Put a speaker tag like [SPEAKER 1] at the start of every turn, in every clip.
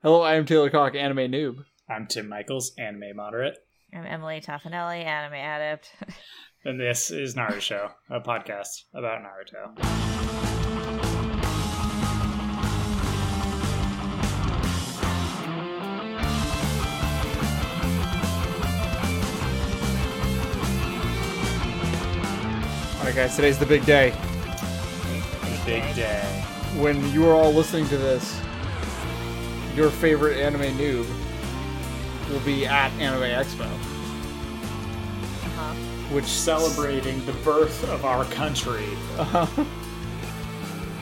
[SPEAKER 1] Hello, I am Taylor Cock, anime noob.
[SPEAKER 2] I'm Tim Michaels, anime moderate,
[SPEAKER 3] I'm Emily Toffanelli, anime adept.
[SPEAKER 2] and this is Naruto Show, a podcast about Naruto.
[SPEAKER 1] All right, guys, today's the big day.
[SPEAKER 2] A big day.
[SPEAKER 1] When you are all listening to this, your favorite anime noob will be at Anime Expo,
[SPEAKER 3] Uh-huh.
[SPEAKER 1] which
[SPEAKER 2] Celebrating the birth of our country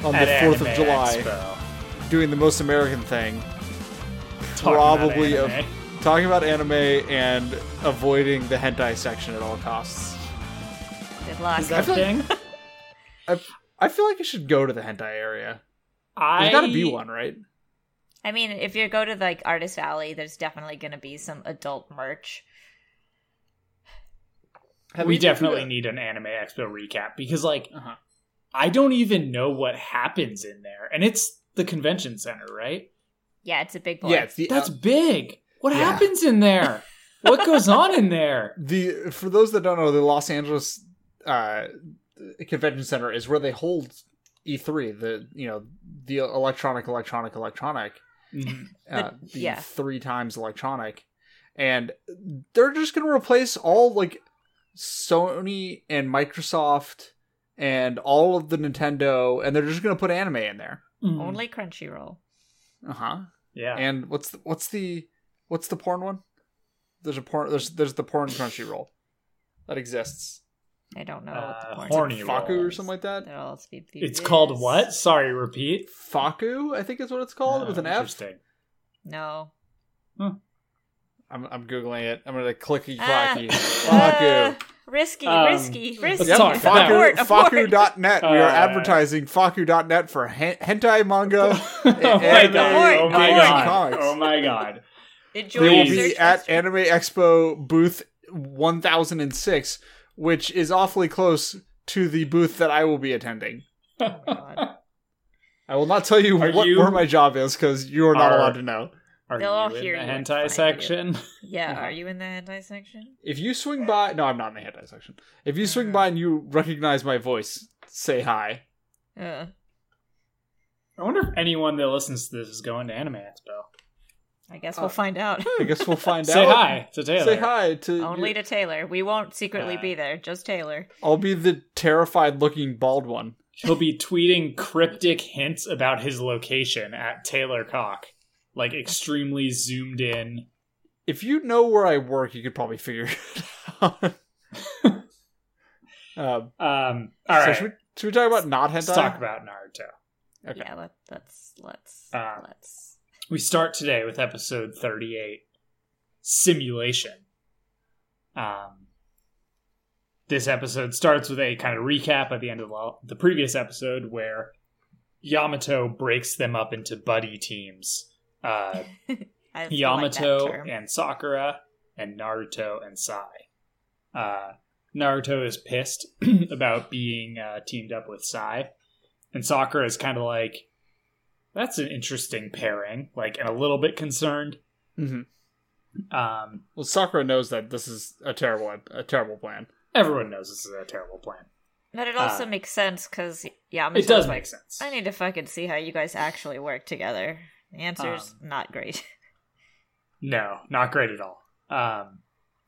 [SPEAKER 1] on the
[SPEAKER 2] at
[SPEAKER 1] Fourth of
[SPEAKER 2] Anime
[SPEAKER 1] July,
[SPEAKER 2] Expo.
[SPEAKER 1] doing the most American thing,
[SPEAKER 2] Talking about
[SPEAKER 1] probably of
[SPEAKER 2] anime.
[SPEAKER 1] talking about anime and avoiding the hentai section at all costs.
[SPEAKER 3] Good luck.
[SPEAKER 2] Is that
[SPEAKER 1] I
[SPEAKER 2] a
[SPEAKER 1] feel
[SPEAKER 2] thing?
[SPEAKER 1] I, I feel like I should go to the hentai area. There's
[SPEAKER 2] I
[SPEAKER 1] got to be one, right?
[SPEAKER 3] I mean, if you go to like Artist Alley, there's definitely going to be some adult merch.
[SPEAKER 1] Have
[SPEAKER 2] we
[SPEAKER 1] you been to
[SPEAKER 2] definitely
[SPEAKER 1] the-
[SPEAKER 2] need an anime expo recap because, like,
[SPEAKER 1] Uh-huh.
[SPEAKER 2] I don't even know what happens in there, and it's the convention center, right?
[SPEAKER 3] Yeah, it's a big boy.
[SPEAKER 1] Yeah, it's the
[SPEAKER 2] That's big. What
[SPEAKER 1] Yeah.
[SPEAKER 2] happens in there? what goes on in there?
[SPEAKER 1] the for those that don't know, the Los Angeles uh, Convention Center is where they hold E3, the you know the electronic, electronic, electronic,
[SPEAKER 2] Mhm.
[SPEAKER 1] uh,
[SPEAKER 3] The-
[SPEAKER 1] the
[SPEAKER 3] yeah.
[SPEAKER 1] three times electronic, and they're just going to replace all like Sony and Microsoft and all of the Nintendo, and they're just going to put anime in there.
[SPEAKER 2] Mhm.
[SPEAKER 3] Only Crunchyroll.
[SPEAKER 1] Uh huh.
[SPEAKER 2] yeah.
[SPEAKER 1] And what's the, what's the what's the porn one? There's a porn. There's there's the porn Crunchyroll that exists.
[SPEAKER 3] I don't know
[SPEAKER 2] Uh,
[SPEAKER 3] what the porn
[SPEAKER 2] horny
[SPEAKER 3] is.
[SPEAKER 1] Faku
[SPEAKER 2] roll.
[SPEAKER 1] or something like that.
[SPEAKER 3] That'll also be
[SPEAKER 2] It's called what? Sorry, repeat.
[SPEAKER 1] Faku, I think is what it's called
[SPEAKER 2] Oh,
[SPEAKER 1] with an F.
[SPEAKER 2] Interesting.
[SPEAKER 3] No.
[SPEAKER 1] I'm, I'm googling it. I'm gonna clicky
[SPEAKER 3] Ah.
[SPEAKER 1] clacky.
[SPEAKER 3] Uh,
[SPEAKER 1] Faku.
[SPEAKER 3] risky,
[SPEAKER 2] Um,
[SPEAKER 3] risky, risky.
[SPEAKER 2] Let's talk about
[SPEAKER 3] Abort,
[SPEAKER 1] Faku,
[SPEAKER 3] abort.
[SPEAKER 1] Faku.net. we are
[SPEAKER 2] Uh,
[SPEAKER 1] advertising Faku.net for hen- hentai manga.
[SPEAKER 2] oh my
[SPEAKER 1] anime,
[SPEAKER 2] god! Oh my
[SPEAKER 3] anime
[SPEAKER 2] god!
[SPEAKER 1] comics.
[SPEAKER 2] Oh my god!
[SPEAKER 3] Enjoy
[SPEAKER 1] they will
[SPEAKER 3] your
[SPEAKER 1] be
[SPEAKER 3] search
[SPEAKER 1] at
[SPEAKER 3] history.
[SPEAKER 1] Anime Expo booth 1006, which is awfully close to the booth that I will be attending.
[SPEAKER 3] Oh God.
[SPEAKER 1] I will not tell you
[SPEAKER 2] Are
[SPEAKER 1] what
[SPEAKER 2] you-
[SPEAKER 1] where my job is because you are not
[SPEAKER 2] Are-
[SPEAKER 1] allowed to know.
[SPEAKER 2] Are
[SPEAKER 3] They'll all
[SPEAKER 2] you in
[SPEAKER 3] hear
[SPEAKER 2] the
[SPEAKER 3] you and
[SPEAKER 2] hentai
[SPEAKER 3] find
[SPEAKER 2] section?
[SPEAKER 3] Yeah,
[SPEAKER 1] Uh-huh.
[SPEAKER 3] are you in the anti section?
[SPEAKER 1] If you swing by, no, I'm not in the hentai section. If you swing by and you recognize my voice, say hi.
[SPEAKER 3] Uh,
[SPEAKER 2] I wonder if anyone that listens to this is going to Anime Expo.
[SPEAKER 3] I guess
[SPEAKER 1] Uh,
[SPEAKER 3] we'll find out.
[SPEAKER 1] I guess we'll find
[SPEAKER 2] Say
[SPEAKER 1] out.
[SPEAKER 2] hi to Taylor.
[SPEAKER 1] Say hi to.
[SPEAKER 3] Only to Taylor. We won't secretly
[SPEAKER 2] Uh,
[SPEAKER 3] be there, just Taylor.
[SPEAKER 1] I'll be the terrified-looking bald one.
[SPEAKER 2] He'll be tweeting cryptic hints about his location at Taylor Cock, like extremely zoomed in.
[SPEAKER 1] If you know where I work, you could probably figure it out. um,
[SPEAKER 2] Um, all
[SPEAKER 1] so
[SPEAKER 2] right,
[SPEAKER 1] should, we, should we talk about not hentai?
[SPEAKER 2] let's talk about Naruto.
[SPEAKER 1] Okay.
[SPEAKER 3] Yeah, let, let's let's
[SPEAKER 2] Uh,
[SPEAKER 3] let's.
[SPEAKER 2] We start today with episode 38 Simulation. Um, this episode starts with a kind of recap at the end of the- the previous episode where Yamato breaks them up into buddy teams uh,
[SPEAKER 3] I like that
[SPEAKER 2] Yamato
[SPEAKER 3] term.
[SPEAKER 2] and Sakura, and Naruto and Sai. Uh, Naruto is pissed about being uh, teamed up with Sai, and Sakura is kind of like, "That's an interesting pairing," like, and a little bit concerned.
[SPEAKER 1] Mhm.
[SPEAKER 2] Um,
[SPEAKER 1] Well, Sakura knows that this is a terrible, a terrible plan.
[SPEAKER 2] everyone knows this is a terrible plan.
[SPEAKER 3] But it also
[SPEAKER 2] Uh,
[SPEAKER 3] makes sense because Yamato's
[SPEAKER 2] It does
[SPEAKER 3] like,
[SPEAKER 2] make sense.
[SPEAKER 3] I need to fucking see how you guys actually work together. The answer's
[SPEAKER 2] Um,
[SPEAKER 3] not great.
[SPEAKER 2] No, not great at all. Um,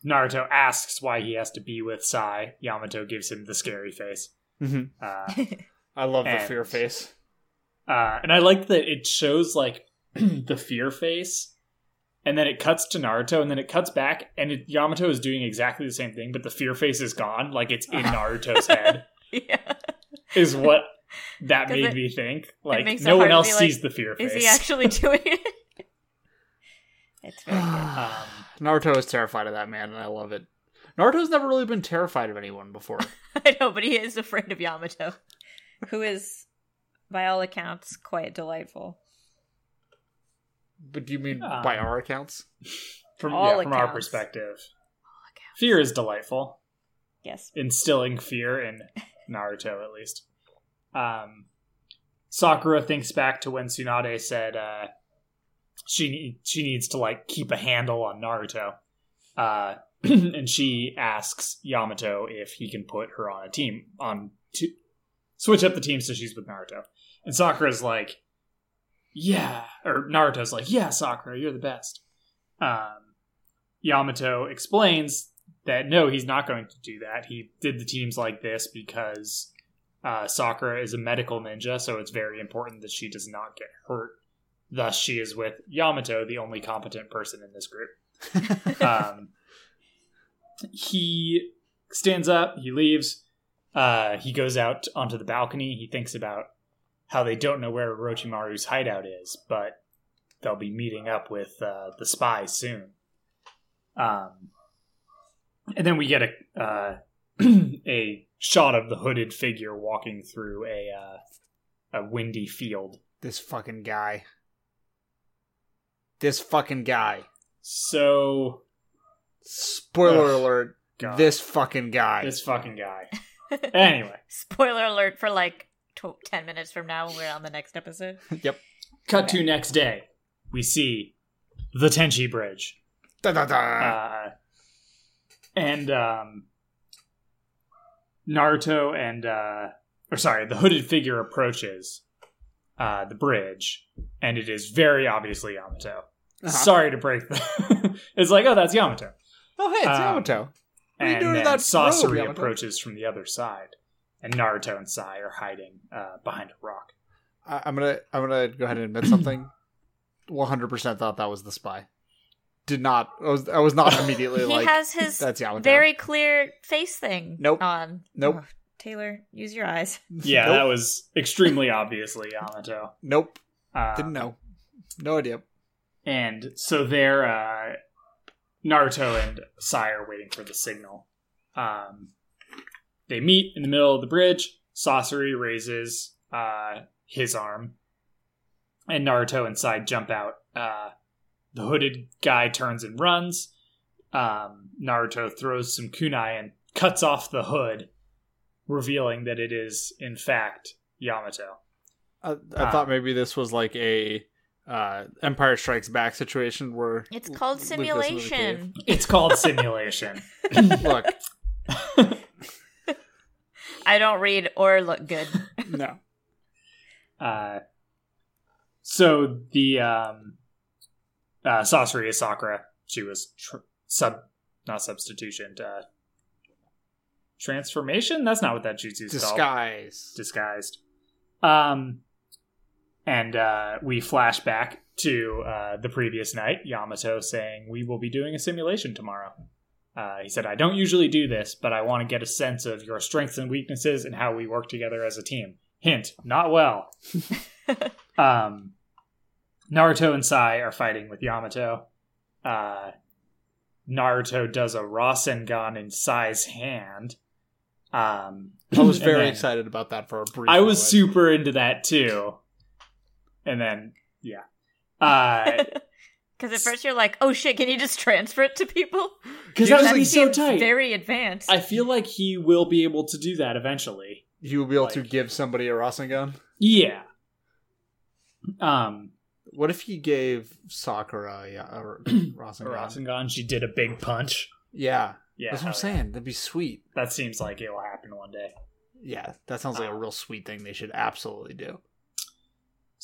[SPEAKER 2] Naruto asks why he has to be with Sai. Yamato gives him the scary face.
[SPEAKER 1] Mhm.
[SPEAKER 2] Uh,
[SPEAKER 1] I love the
[SPEAKER 2] And-
[SPEAKER 1] fear face.
[SPEAKER 2] Uh, and I like that it shows like the fear face, and then it cuts to Naruto, and then it cuts back, and it, Yamato is doing exactly the same thing, but the fear face is gone, like it's in Naruto's head,
[SPEAKER 3] yeah.
[SPEAKER 2] is what that
[SPEAKER 3] 'Cause
[SPEAKER 2] made
[SPEAKER 3] it-
[SPEAKER 2] me think. Like
[SPEAKER 3] makes it
[SPEAKER 2] no one
[SPEAKER 3] hard to
[SPEAKER 2] else
[SPEAKER 3] be like,
[SPEAKER 2] sees the fear
[SPEAKER 3] Is
[SPEAKER 2] face.
[SPEAKER 3] he actually doing it? it's very good.
[SPEAKER 2] um,
[SPEAKER 1] Naruto is terrified of that man, and I love it. Naruto's never really been terrified of anyone before.
[SPEAKER 3] I know, but he is afraid of Yamato, who is, by all accounts, quite delightful.
[SPEAKER 1] But do you mean
[SPEAKER 2] Um,
[SPEAKER 1] by our accounts?
[SPEAKER 2] from
[SPEAKER 3] all
[SPEAKER 2] yeah, from our
[SPEAKER 3] accounts.
[SPEAKER 2] perspective, fear is delightful.
[SPEAKER 3] Yes.
[SPEAKER 2] instilling fear in Naruto, at least. Um, Sakura thinks back to when Tsunade said, uh, she need- she needs to like keep a handle on Naruto, uh, and she asks Yamato if he can put her on a team on to switch up the team so she's with Naruto. And Sakura's like, "Yeah," or Naruto's like, "Yeah, Sakura, you're the best." Um, Yamato explains that no, he's not going to do that. He did the teams like this because uh, Sakura is a medical ninja, so it's very important that she does not get hurt. Thus, she is with Yamato, the only competent person in this group. Um, he stands up, he leaves, uh, he goes out onto the balcony. He thinks about how they don't know where Orochimaru's hideout is, but they'll be meeting up with uh, the spies soon. Um, and then we get a uh, a shot of the hooded figure walking through a uh, a windy field.
[SPEAKER 1] This fucking guy. This fucking guy.
[SPEAKER 2] So
[SPEAKER 1] Spoiler
[SPEAKER 2] Ugh,
[SPEAKER 1] alert.
[SPEAKER 2] God.
[SPEAKER 1] This fucking guy.
[SPEAKER 2] this fucking guy. Anyway,
[SPEAKER 3] Spoiler alert for like tw 10 minutes from now when we're on the next episode.
[SPEAKER 1] yep.
[SPEAKER 2] cut to next day. We see the Tenchi Bridge.
[SPEAKER 1] Da, da, da.
[SPEAKER 2] Uh, and um, Naruto and uh, or sorry, the hooded figure approaches uh, the bridge, and it is very obviously Yamato.
[SPEAKER 1] Uh-huh.
[SPEAKER 2] Sorry to break the. it's like, oh, that's Yamato.
[SPEAKER 1] oh hey, it's
[SPEAKER 2] um,
[SPEAKER 1] Yamato. What are you
[SPEAKER 2] and
[SPEAKER 1] doing to
[SPEAKER 2] then
[SPEAKER 1] that robe,
[SPEAKER 2] Sasori
[SPEAKER 1] Yamato?
[SPEAKER 2] approaches from the other side, and Naruto and Sai are hiding uh, behind a rock.
[SPEAKER 1] I, I'm gonna I'm gonna go ahead and admit something. 100 percent thought that was the spy. Did not. I was I was not immediately
[SPEAKER 3] he
[SPEAKER 1] like
[SPEAKER 3] has his
[SPEAKER 1] that's Yamato.
[SPEAKER 3] very clear face thing
[SPEAKER 1] Nope.
[SPEAKER 3] on.
[SPEAKER 1] Nope.
[SPEAKER 3] Ugh, Taylor, use your eyes.
[SPEAKER 2] Yeah,
[SPEAKER 1] nope.
[SPEAKER 2] that was extremely obviously Yamato.
[SPEAKER 1] nope.
[SPEAKER 2] Uh,
[SPEAKER 1] Didn't know. No idea.
[SPEAKER 2] And so they're uh, Naruto and Sai are waiting for the signal. Um, they meet in the middle of the bridge. Sasori raises uh, his arm, and Naruto and Sai jump out. Uh, the hooded guy turns and runs. Um, Naruto throws some kunai and cuts off the hood, revealing that it is in fact Yamato.
[SPEAKER 1] I, I
[SPEAKER 2] Ah.
[SPEAKER 1] thought maybe this was like a uh, Empire Strikes Back situation where
[SPEAKER 3] It's
[SPEAKER 1] L-
[SPEAKER 3] called
[SPEAKER 1] Lucas was in the cave.
[SPEAKER 3] simulation.
[SPEAKER 2] It's called simulation.
[SPEAKER 1] Look,
[SPEAKER 3] I don't read or look good.
[SPEAKER 1] no.
[SPEAKER 2] Uh, so the um, uh, Sasori is Sakura. She was tr- sub, not substitution, uh, transformation. That's not what that jutsu is called.
[SPEAKER 1] Disguise.
[SPEAKER 2] Disguised. Um, and uh, we flash back to uh, the previous night. Yamato saying, "We will be doing a simulation tomorrow." Uh, he said, "I don't usually do this, but I want to get a sense of your strengths and weaknesses and how we work together as a team." Hint: Not well um, Naruto and Sai are fighting with Yamato. Uh, Naruto does a Rasengan in Sai's hand. Um,
[SPEAKER 1] I was
[SPEAKER 2] and
[SPEAKER 1] very
[SPEAKER 2] then-
[SPEAKER 1] excited about that for a brief.
[SPEAKER 2] I
[SPEAKER 1] moment.
[SPEAKER 2] was super into that too. And then, yeah. Uh,
[SPEAKER 3] Because at first you're like, oh shit, can you just transfer it to people?
[SPEAKER 2] because
[SPEAKER 1] He
[SPEAKER 2] that
[SPEAKER 1] was
[SPEAKER 2] would
[SPEAKER 1] like-
[SPEAKER 2] be so
[SPEAKER 3] seems
[SPEAKER 2] tight.
[SPEAKER 3] Very advanced.
[SPEAKER 2] I feel like he will be able to do that eventually.
[SPEAKER 1] You will be able to
[SPEAKER 2] like-
[SPEAKER 1] give somebody a Rasengan.
[SPEAKER 2] Yeah. Um,
[SPEAKER 1] What if you gave Sakura yeah, a R-
[SPEAKER 2] a
[SPEAKER 1] Rasengan?
[SPEAKER 2] Rasengan, she did a big punch.
[SPEAKER 1] Yeah,
[SPEAKER 2] Yeah.
[SPEAKER 1] that's what I'm
[SPEAKER 2] hell yeah.
[SPEAKER 1] saying. That'd be sweet.
[SPEAKER 2] That seems like it will happen one day.
[SPEAKER 1] Yeah, that sounds
[SPEAKER 2] Ah.
[SPEAKER 1] like a real sweet thing they should absolutely do.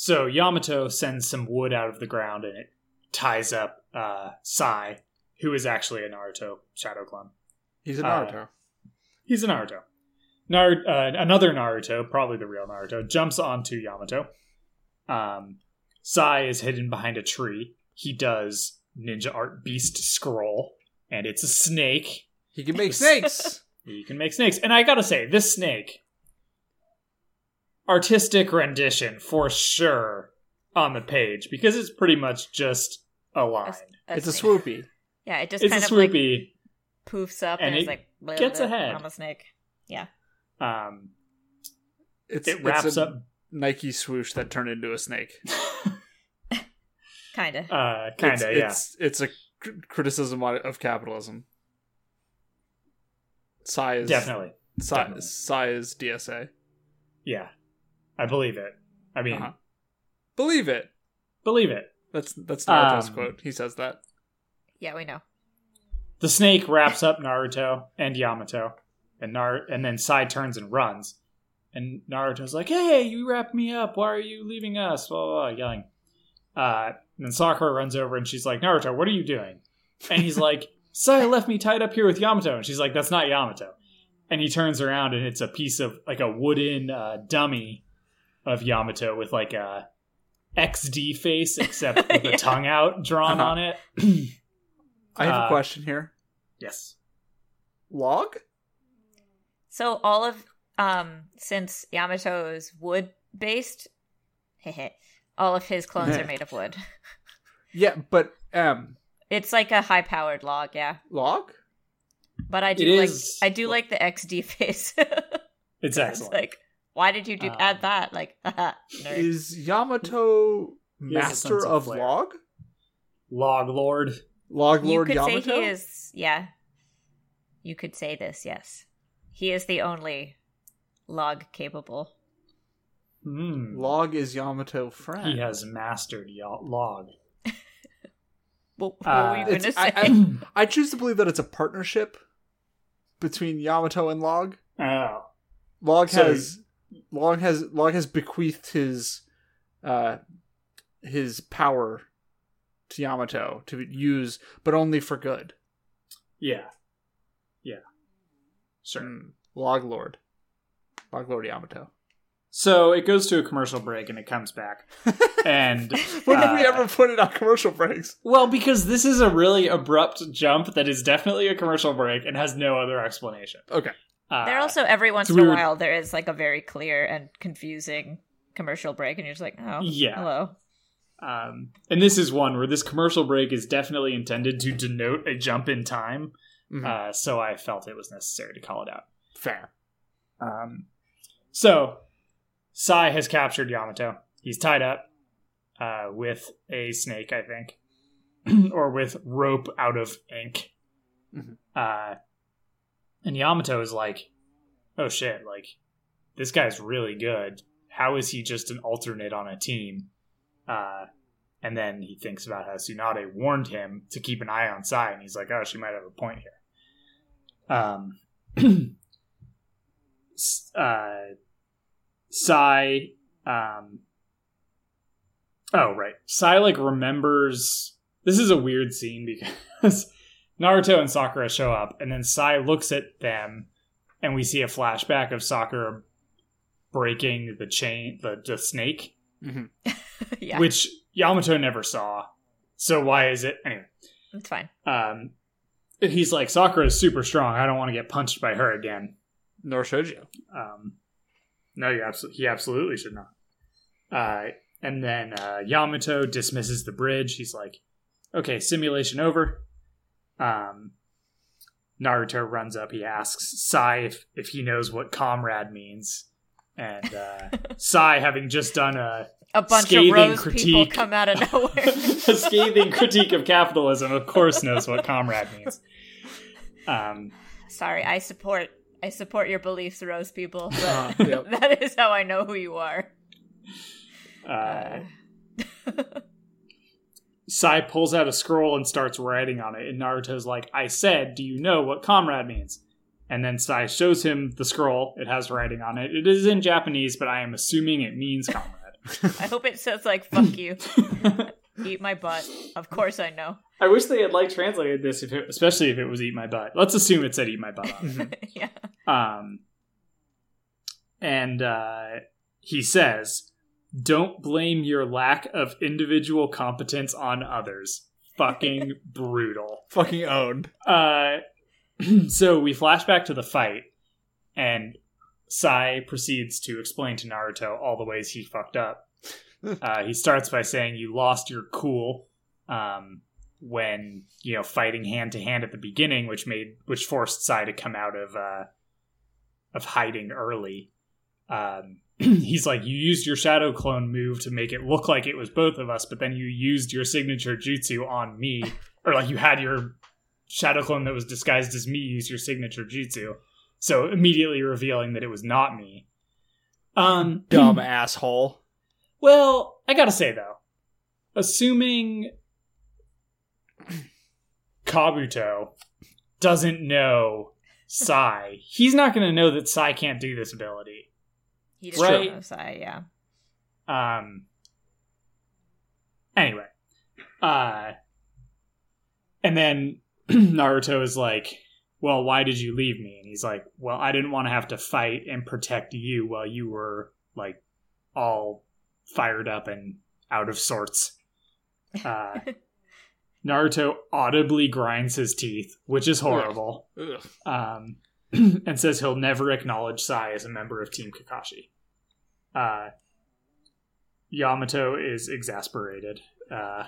[SPEAKER 2] So Yamato sends some wood out of the ground and it ties up uh, Sai, who is actually a Naruto Shadow Clone.
[SPEAKER 1] He's a
[SPEAKER 2] Uh,
[SPEAKER 1] Naruto.
[SPEAKER 2] He's a Naruto. Nar- uh, another Naruto, probably the real Naruto, jumps onto Yamato. Um, Sai is hidden behind a tree. He does Ninja Art Beast Scroll, and it's a snake.
[SPEAKER 1] he can make snakes.
[SPEAKER 2] You can make snakes. And I gotta say, this snake, artistic rendition for sure on the page because it's pretty much just a line.
[SPEAKER 1] it's a
[SPEAKER 3] snake.
[SPEAKER 1] swoopy.
[SPEAKER 3] Yeah, it just
[SPEAKER 2] It's a
[SPEAKER 3] kind of like
[SPEAKER 2] swoopy.
[SPEAKER 3] poofs up
[SPEAKER 2] And
[SPEAKER 3] and,
[SPEAKER 2] it
[SPEAKER 3] it's like blah,
[SPEAKER 2] gets
[SPEAKER 3] blah,
[SPEAKER 2] ahead.
[SPEAKER 3] I'm a snake.
[SPEAKER 2] Um,
[SPEAKER 1] It's,
[SPEAKER 2] it wraps
[SPEAKER 1] it's a
[SPEAKER 2] up
[SPEAKER 1] Nike swoosh that turned into a snake.
[SPEAKER 3] Kinda.
[SPEAKER 2] uh, kind of,
[SPEAKER 1] It's-
[SPEAKER 2] yeah.
[SPEAKER 1] It's it's a cr- criticism on- of capitalism. Size
[SPEAKER 2] Definitely. definitely.
[SPEAKER 1] size size DSA.
[SPEAKER 2] Yeah. I believe it. I mean,
[SPEAKER 1] Uh-huh. Believe it.
[SPEAKER 2] believe it.
[SPEAKER 1] That's that's Naruto's
[SPEAKER 2] Um,
[SPEAKER 1] quote. He says that.
[SPEAKER 3] Yeah, we know.
[SPEAKER 2] The snake wraps up Naruto and Yamato, and Nar- and then Sai turns and runs. And Naruto's like, "Hey, you wrapped me up. Why are you leaving us?" Blah blah, blah yelling. Uh, and then Sakura runs over and she's like, "Naruto, what are you doing?" And he's like, "Sai left me tied up here with Yamato." And she's like, "That's not Yamato." And he turns around and it's a piece of like a wooden uh, dummy of Yamato with like a XD face, except with the
[SPEAKER 3] Yeah.
[SPEAKER 2] tongue out drawn
[SPEAKER 1] Uh-huh.
[SPEAKER 2] on it.
[SPEAKER 1] I have
[SPEAKER 2] Uh,
[SPEAKER 1] a question here.
[SPEAKER 2] yes.
[SPEAKER 1] Log?
[SPEAKER 3] So all of um since Yamato is wood based, all of his clones are made of wood.
[SPEAKER 1] Yeah, but um,
[SPEAKER 3] It's like a high powered log, yeah.
[SPEAKER 1] log?
[SPEAKER 3] But I
[SPEAKER 2] It
[SPEAKER 3] do like
[SPEAKER 2] is-
[SPEAKER 3] I do like the XD face.
[SPEAKER 2] It's
[SPEAKER 3] it's
[SPEAKER 2] excellent.
[SPEAKER 3] like why did you do
[SPEAKER 2] Um,
[SPEAKER 3] add that? Like haha, nerd.
[SPEAKER 1] Is Yamato
[SPEAKER 2] He has a sense
[SPEAKER 1] master
[SPEAKER 2] of
[SPEAKER 1] of
[SPEAKER 2] flair.
[SPEAKER 1] log?
[SPEAKER 2] Log Lord.
[SPEAKER 1] Log
[SPEAKER 3] you
[SPEAKER 1] Lord
[SPEAKER 3] could
[SPEAKER 1] Yamato?
[SPEAKER 3] say he is yeah. You could say this, yes. He is the only log capable.
[SPEAKER 2] Mm.
[SPEAKER 1] Log is Yamato friend.
[SPEAKER 2] He has mastered y- Log.
[SPEAKER 3] Well, what
[SPEAKER 2] Uh,
[SPEAKER 3] were you gonna
[SPEAKER 1] It's-
[SPEAKER 3] say?
[SPEAKER 1] I- I- I choose to believe that it's a partnership between Yamato and Log.
[SPEAKER 2] oh.
[SPEAKER 1] Log
[SPEAKER 2] So-
[SPEAKER 1] has Log has Log has bequeathed his uh his power to Yamato to use, but only for good.
[SPEAKER 2] Yeah. Yeah. Sure.
[SPEAKER 1] Mm. Log Lord. Log Lord Yamato.
[SPEAKER 2] So it goes to a commercial break and it comes back. and
[SPEAKER 1] When did
[SPEAKER 2] uh,
[SPEAKER 1] we ever put it on commercial breaks?
[SPEAKER 2] Well, because this is a really abrupt jump that is definitely a commercial break and has no other explanation.
[SPEAKER 1] Okay.
[SPEAKER 2] Uh,
[SPEAKER 3] There also every once
[SPEAKER 2] so
[SPEAKER 3] in
[SPEAKER 2] we
[SPEAKER 3] a
[SPEAKER 2] were-
[SPEAKER 3] while there is like a very clear and confusing commercial break, and you're just like, oh,
[SPEAKER 2] Yeah.
[SPEAKER 3] hello.
[SPEAKER 2] Um, and this is one where this commercial break is definitely intended to denote a jump in time.
[SPEAKER 1] Mhm.
[SPEAKER 2] Uh, so I felt it was necessary to call it out.
[SPEAKER 1] Fair.
[SPEAKER 2] Um, so, Sai has captured Yamato. He's tied up uh, with a snake, I think, or with rope out of ink.
[SPEAKER 1] Mhm.
[SPEAKER 2] Uh, and Yamato is like, oh shit, like, this guy's really good. How is he just an alternate on a team? Uh, and then he thinks about how Tsunade warned him to keep an eye on Sai, and he's like, oh, she might have a point here. Um, S- uh, Sai. Um, oh, right. Sai like remembers. This is a weird scene because Naruto and Sakura show up, and then Sai looks at them, and we see a flashback of Sakura breaking the chain, the, the snake,
[SPEAKER 3] yeah,
[SPEAKER 2] which Yamato never saw. So why is it anyway?
[SPEAKER 3] it's fine.
[SPEAKER 2] Um, he's like Sakura is super strong. I don't want to get punched by her again.
[SPEAKER 1] Nor should you.
[SPEAKER 2] Um, no, you absolutely, he absolutely should not. Uh, and then uh, Yamato dismisses the bridge. He's like, "Okay, simulation over." Um, Naruto runs up. He asks Sai if, if he knows what comrade means, and uh, Sai, having just done a,
[SPEAKER 3] A bunch
[SPEAKER 2] Scathing
[SPEAKER 3] of rose people
[SPEAKER 2] critique.
[SPEAKER 3] come out of nowhere.
[SPEAKER 2] a scathing critique of capitalism, of course knows what comrade means. Um,
[SPEAKER 3] Sorry, I support I support your beliefs, rose people.
[SPEAKER 1] Uh,
[SPEAKER 3] But
[SPEAKER 1] yep.
[SPEAKER 3] that is how I know who you are.
[SPEAKER 2] uh,
[SPEAKER 3] Uh,
[SPEAKER 2] Sai pulls out a scroll and starts writing on it, and Naruto's like, I said, do you know what comrade means? And then Sai shows him the scroll. It has writing on it. It is in Japanese, but I am assuming it means comrade.
[SPEAKER 3] I hope it says like "fuck you, eat my butt." Of course, I know.
[SPEAKER 2] I wish they had like translated this, if it, especially if it was "eat my butt." Let's assume it said "eat my butt." on it.
[SPEAKER 3] yeah,
[SPEAKER 2] Um, and uh, he says, "Don't blame your lack of individual competence on others." Fucking brutal.
[SPEAKER 1] Fucking owned.
[SPEAKER 2] Uh, so we flash back to the fight, and Sai proceeds to explain to Naruto all the ways he fucked up. Uh, he starts by saying, "You lost your cool um, when you know fighting hand to hand at the beginning, which made which forced Sai to come out of uh, of hiding early." Um, he's like, "You used your shadow clone move to make it look like it was both of us, but then you used your signature jutsu on me, or like you had your shadow clone that was disguised as me use your signature jutsu, so immediately revealing that it was not me." Um,
[SPEAKER 1] Dumb asshole.
[SPEAKER 2] well, I gotta say though, assuming Kabuto doesn't know Sai, he's not going to know that Sai can't do this ability.
[SPEAKER 3] He just
[SPEAKER 2] Right.
[SPEAKER 3] right. knows I, yeah.
[SPEAKER 2] Um. Anyway, uh, and then Naruto is like, "Well, why did you leave me?" And he's like, "Well, I didn't want to have to fight and protect you while you were like all fired up and out of sorts." Uh, Naruto audibly grinds his teeth, which is horrible,
[SPEAKER 1] Ugh.
[SPEAKER 2] um, and says he'll never acknowledge Sai as a member of Team Kakashi. Uh, Yamato is exasperated. Uh,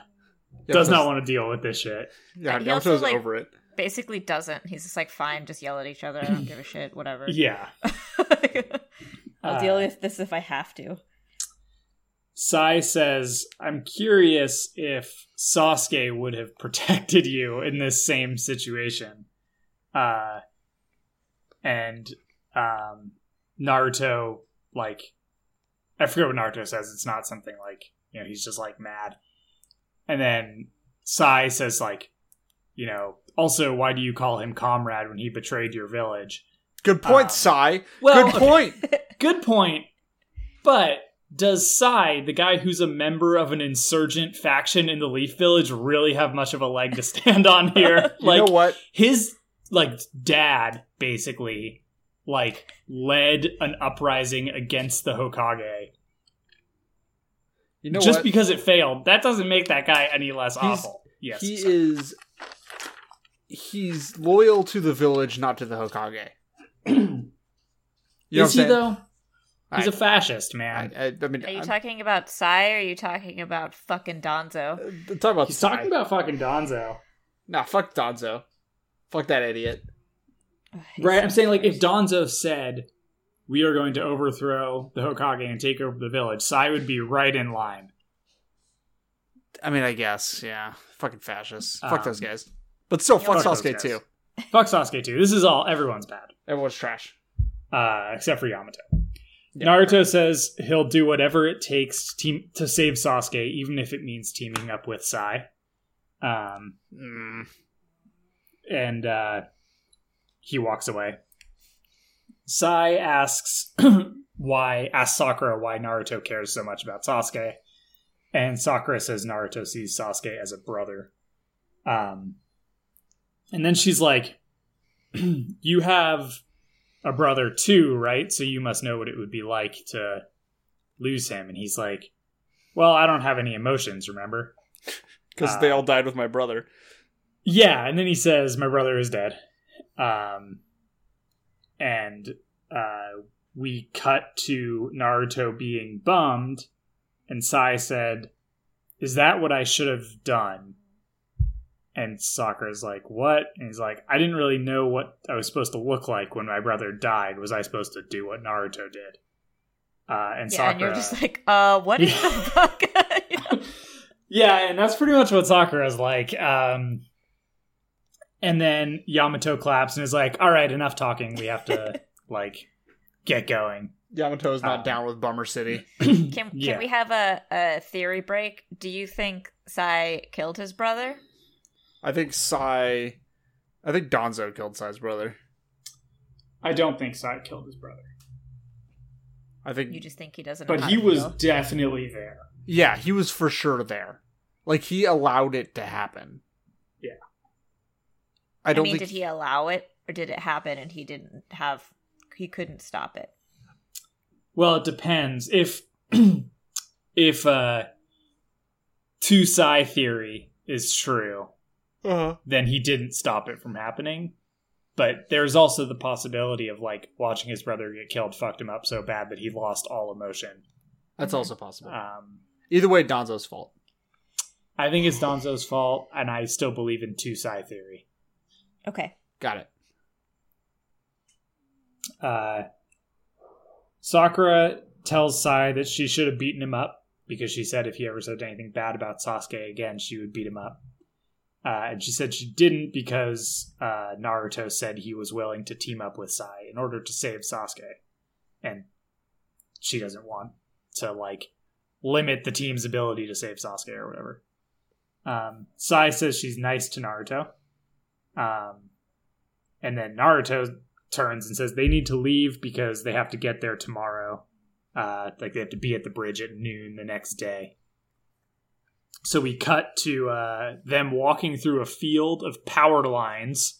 [SPEAKER 1] Yeah,
[SPEAKER 2] does not
[SPEAKER 1] because-
[SPEAKER 2] want to deal with this shit.
[SPEAKER 1] Yeah,
[SPEAKER 3] He also,
[SPEAKER 1] Yamato's
[SPEAKER 3] like-
[SPEAKER 1] over it.
[SPEAKER 3] Basically doesn't. He's just like, fine, just yell at each other. I don't give a shit. Whatever.
[SPEAKER 2] Yeah.
[SPEAKER 3] I'll
[SPEAKER 2] Uh,
[SPEAKER 3] deal with this if I have to.
[SPEAKER 2] Sai says, I'm curious if Sasuke would have protected you in this same situation. Uh, and um, Naruto, like, I forget what Naruto says. It's not something like, you know, he's just like mad. And then Sai says, like, you know, also, why do you call him comrade when he betrayed your village?
[SPEAKER 1] Good point,
[SPEAKER 2] Um,
[SPEAKER 1] Sai. Good
[SPEAKER 2] okay.
[SPEAKER 1] point.
[SPEAKER 2] Good point. But does Sai, the guy who's a member of an insurgent faction in the Leaf Village, really have much of a leg to stand on here?
[SPEAKER 1] you know
[SPEAKER 2] like
[SPEAKER 1] what?
[SPEAKER 2] his like dad basically like led an uprising against the Hokage.
[SPEAKER 1] You know
[SPEAKER 2] Just
[SPEAKER 1] what?
[SPEAKER 2] because it failed, that doesn't make that guy any less
[SPEAKER 1] He's-
[SPEAKER 2] awful. Yes.
[SPEAKER 1] he
[SPEAKER 2] sorry.
[SPEAKER 1] is he's loyal to the village, not to the Hokage. You know
[SPEAKER 2] Is
[SPEAKER 1] what
[SPEAKER 2] he
[SPEAKER 1] I'm saying?
[SPEAKER 2] though? He's a fascist, man.
[SPEAKER 1] I, I, I mean,
[SPEAKER 3] Are you
[SPEAKER 1] I'm-
[SPEAKER 3] talking about Sai or are you talking about fucking Donzo?
[SPEAKER 1] uh, talk about
[SPEAKER 2] He's
[SPEAKER 1] Sai.
[SPEAKER 2] talking about fucking Donzo.
[SPEAKER 1] Nah, fuck Donzo. Fuck that idiot.
[SPEAKER 3] Ugh, he's
[SPEAKER 2] Right,
[SPEAKER 3] so
[SPEAKER 2] I'm saying like if
[SPEAKER 3] weird.
[SPEAKER 2] Donzo said, "We are going to overthrow the Hokage and take over the village," Sai would be right in line.
[SPEAKER 1] I mean, I guess, yeah. Fucking fascists.
[SPEAKER 2] Um,
[SPEAKER 1] fuck those guys. But still, fuck
[SPEAKER 2] Fuck those
[SPEAKER 1] Sasuke
[SPEAKER 2] guys.
[SPEAKER 1] too.
[SPEAKER 2] Fuck Sasuke too. This is all everyone's bad,
[SPEAKER 1] Everyone's trash.
[SPEAKER 2] uh, except for Yamato.
[SPEAKER 1] Yeah.
[SPEAKER 2] Naruto says he'll do whatever it takes to, to save Sasuke, even if it means teaming up with Sai. Um,
[SPEAKER 1] Mm.
[SPEAKER 2] and uh, he walks away. Sai asks why asks Sakura why Naruto cares so much about Sasuke, and Sakura says Naruto sees Sasuke as a brother. Um, and then she's like, "You have a brother too, right? So you must know what it would be like to lose him." And he's like, "Well, I don't have any emotions, remember?"
[SPEAKER 1] Because
[SPEAKER 2] Uh,
[SPEAKER 1] they all died with my brother.
[SPEAKER 2] Yeah, and then he says, "My brother is dead," um, and uh, we cut to Naruto being bummed, and Sai said, "Is that what I should have done?" And Sakura's like, "What?" And he's like, "I didn't really know what I was supposed to look like when my brother died. Was I supposed to do what Naruto did?" Uh, and
[SPEAKER 3] yeah,
[SPEAKER 2] Sakura,
[SPEAKER 3] and you're just like, uh, what is the fuck? Yeah.
[SPEAKER 2] yeah, and that's pretty much what Sakura's like. Um, and then Yamato claps and is like, "All right, enough talking. We have to like get going."
[SPEAKER 1] Yamato's not
[SPEAKER 3] Um,
[SPEAKER 2] uh,
[SPEAKER 1] down with Bummer City.
[SPEAKER 3] Can, can
[SPEAKER 2] Yeah.
[SPEAKER 3] we have a, a theory break? Do you think Sai killed his brother?
[SPEAKER 1] I think Sai. I think Donzo killed Sai's brother.
[SPEAKER 2] I don't think Sai killed his brother,
[SPEAKER 1] I think.
[SPEAKER 3] You just think he doesn't. know
[SPEAKER 2] but
[SPEAKER 3] how
[SPEAKER 2] he
[SPEAKER 3] to
[SPEAKER 2] was
[SPEAKER 3] feel?
[SPEAKER 2] definitely there.
[SPEAKER 1] yeah, he was for sure there. Like he allowed it to happen.
[SPEAKER 2] Yeah.
[SPEAKER 1] I
[SPEAKER 3] I,
[SPEAKER 1] don't
[SPEAKER 3] mean,
[SPEAKER 1] think
[SPEAKER 3] did he allow it, or did it happen and he didn't have? He couldn't stop it.
[SPEAKER 2] Well, it depends. If if uh, two Sai theory is true,
[SPEAKER 1] Uh-huh.
[SPEAKER 2] then he didn't stop it from happening. But there's also the possibility of like watching his brother get killed fucked him up so bad that he lost all emotion.
[SPEAKER 3] Mm-hmm.
[SPEAKER 1] That's also possible.
[SPEAKER 3] Uh.
[SPEAKER 2] Um,
[SPEAKER 1] Either way, Donzo's fault.
[SPEAKER 2] I think it's Donzo's fault, and I still believe in two psi theory.
[SPEAKER 3] Okay.
[SPEAKER 1] Got it.
[SPEAKER 2] Uh, Sakura tells Sai that she should have beaten him up because she said if he ever said anything bad about Sasuke again, she would beat him up. Uh, and she said she didn't because uh, Naruto said he was willing to team up with Sai in order to save Sasuke, and she doesn't want to like limit the team's ability to save Sasuke or whatever. Um, Sai says she's nice to Naruto. Um, and then Naruto turns and says they need to leave because they have to get there tomorrow. Uh, like they have to be at the bridge at noon the next day. So we cut to uh, them walking through a field of power lines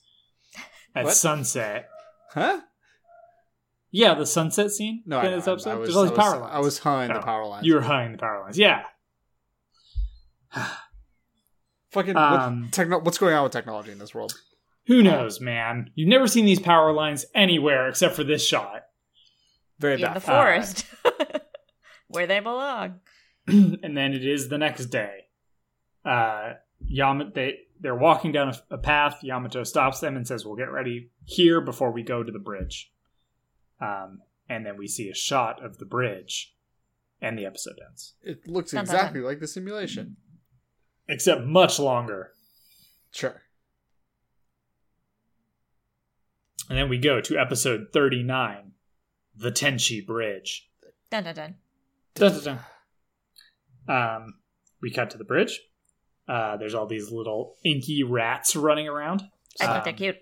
[SPEAKER 2] at
[SPEAKER 1] What?
[SPEAKER 2] sunset.
[SPEAKER 1] Huh?
[SPEAKER 2] Yeah, the sunset scene
[SPEAKER 1] No,
[SPEAKER 2] in
[SPEAKER 1] I,
[SPEAKER 2] this
[SPEAKER 1] I-
[SPEAKER 2] episode.
[SPEAKER 1] I was,
[SPEAKER 2] There's all
[SPEAKER 1] I
[SPEAKER 2] these
[SPEAKER 1] was,
[SPEAKER 2] power lines.
[SPEAKER 1] I was hung the
[SPEAKER 2] Oh,
[SPEAKER 1] power lines.
[SPEAKER 2] you were hiding the power lines. Yeah.
[SPEAKER 1] fucking
[SPEAKER 2] um,
[SPEAKER 1] what, techno- what's going on with technology in this world?
[SPEAKER 2] Who knows, man? You've never seen these power lines anywhere except for this shot.
[SPEAKER 1] Very
[SPEAKER 3] in the
[SPEAKER 1] bad.
[SPEAKER 3] forest where they belong.
[SPEAKER 2] and then it is the next day. Uh, Yamato, they, they're walking down a, a path. Yamato stops them and says, We'll get ready here before we go to the bridge. Um, and then we see a shot of the bridge, and the episode ends.
[SPEAKER 1] It looks
[SPEAKER 3] Dun, dun,
[SPEAKER 1] exactly like the simulation.
[SPEAKER 2] Except much longer.
[SPEAKER 1] Mm-hmm. Sure.
[SPEAKER 2] And then we go to episode 39 The Tenchi Bridge.
[SPEAKER 3] Dun dun dun.
[SPEAKER 2] Dun, dun, dun. Um, we cut to the bridge. Uh, there's all these little inky rats running around.
[SPEAKER 3] I think
[SPEAKER 2] Um,
[SPEAKER 3] they're cute.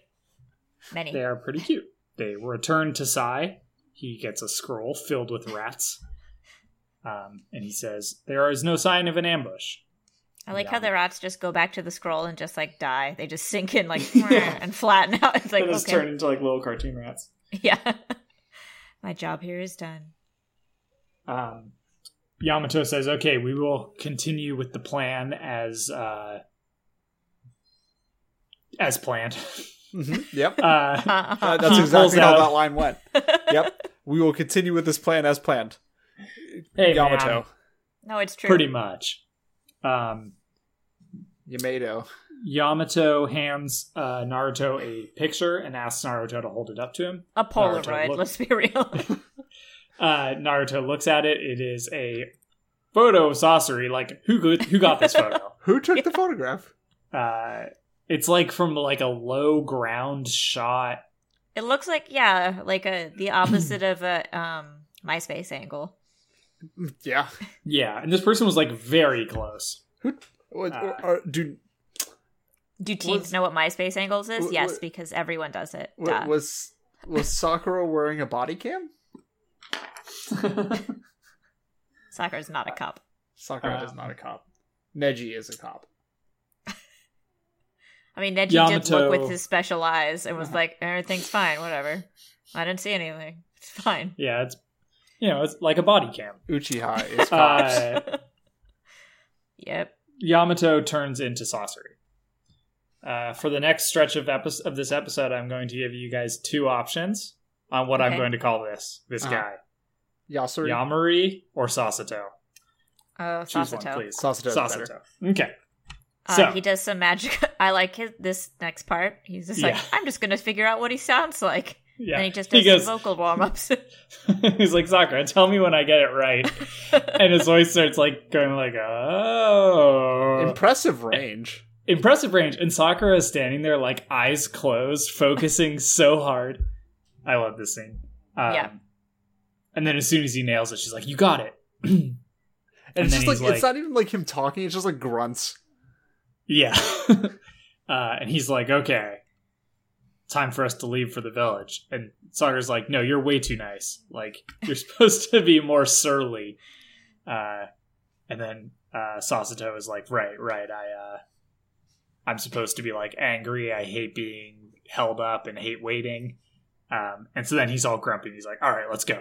[SPEAKER 3] Many.
[SPEAKER 2] They are pretty cute. They return to Sai. He gets a scroll filled with rats. Um, and he says, There is no sign of an ambush.
[SPEAKER 3] I like
[SPEAKER 2] Yeah.
[SPEAKER 3] how the rats just go back to the scroll and just like die. They just sink in like
[SPEAKER 2] Yeah.
[SPEAKER 3] and flatten out. It's like
[SPEAKER 2] They just
[SPEAKER 3] okay.
[SPEAKER 2] turn into like little cartoon rats.
[SPEAKER 3] Yeah. My job here is done.
[SPEAKER 2] Um, Yamato says, Okay, we will continue with the plan as uh, as planned.
[SPEAKER 1] Mhm. Yep.
[SPEAKER 2] uh,
[SPEAKER 1] Uh,
[SPEAKER 3] Uh,
[SPEAKER 1] that's
[SPEAKER 2] He pulls
[SPEAKER 1] exactly how
[SPEAKER 2] out-
[SPEAKER 1] that line went. Yep. We will continue with this plan as planned.
[SPEAKER 2] hey,
[SPEAKER 1] Yamato.
[SPEAKER 2] man.
[SPEAKER 3] no, it's true.
[SPEAKER 2] pretty much. Um,
[SPEAKER 1] Yamato.
[SPEAKER 2] Yamato hands uh, Naruto a picture and asks Naruto to hold it up to him.
[SPEAKER 3] a
[SPEAKER 2] Naruto
[SPEAKER 3] Polaroid.
[SPEAKER 2] looked-
[SPEAKER 3] Let's be real.
[SPEAKER 2] Uh, Naruto looks at it. It is a photo of Sasori. Like who go- who got this photo?
[SPEAKER 1] Who took the photograph?
[SPEAKER 2] uh, it's like from like a low ground shot.
[SPEAKER 3] it looks like yeah, like a the opposite of a um MySpace angle.
[SPEAKER 1] Yeah.
[SPEAKER 2] Yeah, and this person was like very close.
[SPEAKER 1] What-
[SPEAKER 2] Uh,
[SPEAKER 1] or- do,
[SPEAKER 3] Do teens
[SPEAKER 1] Was-
[SPEAKER 3] know what MySpace angles is?
[SPEAKER 1] Wa-
[SPEAKER 3] yes,
[SPEAKER 1] wa-
[SPEAKER 3] because everyone does it.
[SPEAKER 1] wa-
[SPEAKER 3] Duh.
[SPEAKER 1] was was Sakura wearing a body cam?
[SPEAKER 3] Soccer's not a cup.
[SPEAKER 1] Sakura is
[SPEAKER 2] Um,
[SPEAKER 1] not a cop. Neji is a cop.
[SPEAKER 3] I mean, Neji did
[SPEAKER 2] Yamato-
[SPEAKER 3] look with his special eyes and was
[SPEAKER 2] Uh-huh.
[SPEAKER 3] like, "Everything's fine, whatever. I didn't see anything. It's fine."
[SPEAKER 2] yeah, it's you know it's like a body cam.
[SPEAKER 1] Uchiha is cops.
[SPEAKER 2] Uh,
[SPEAKER 3] Yep.
[SPEAKER 2] Yamato turns into Sasori. Uh, for the next stretch of episode of this episode, I'm going to give you guys two options on what I'm
[SPEAKER 3] Okay.
[SPEAKER 2] going to call this this
[SPEAKER 1] Uh-huh.
[SPEAKER 2] guy,
[SPEAKER 1] Yasuri.
[SPEAKER 2] Yamari or Sasato.
[SPEAKER 3] Oh,
[SPEAKER 2] Choose one,
[SPEAKER 3] Sasato.
[SPEAKER 2] please.
[SPEAKER 1] Sasato's better.
[SPEAKER 2] Sasato. Okay.
[SPEAKER 3] Uh,
[SPEAKER 2] So-
[SPEAKER 3] he does some magic. I like his this next part. He's just like,
[SPEAKER 2] Yeah.
[SPEAKER 3] "I'm just gonna figure out what he sounds like,"
[SPEAKER 2] Yeah.
[SPEAKER 3] and he just does
[SPEAKER 2] He
[SPEAKER 3] some
[SPEAKER 2] goes-
[SPEAKER 3] vocal warm ups.
[SPEAKER 2] He's like Sakura. Tell me when I get it right, and his voice starts like going like oh,
[SPEAKER 1] Impressive range.
[SPEAKER 2] impressive range. And Sakura is standing there like eyes closed, focusing so hard. I love this scene. Um,
[SPEAKER 3] Yeah.
[SPEAKER 2] And then as soon as he nails it, she's like, "You got it."
[SPEAKER 1] And, it's
[SPEAKER 2] then
[SPEAKER 1] just like,
[SPEAKER 2] he's
[SPEAKER 1] it's not even like him talking, it's just like grunts.
[SPEAKER 2] Yeah. uh, and he's like, okay, time for us to leave for the village. And Sagar's like, no, you're way too nice. Like, you're supposed to be more surly. Uh, and then uh, Sasato is like, right, right. I, uh, I'm supposed to be like angry. I hate being held up and hate waiting. Um, and so then he's all grumpy. He's like, all right, let's go.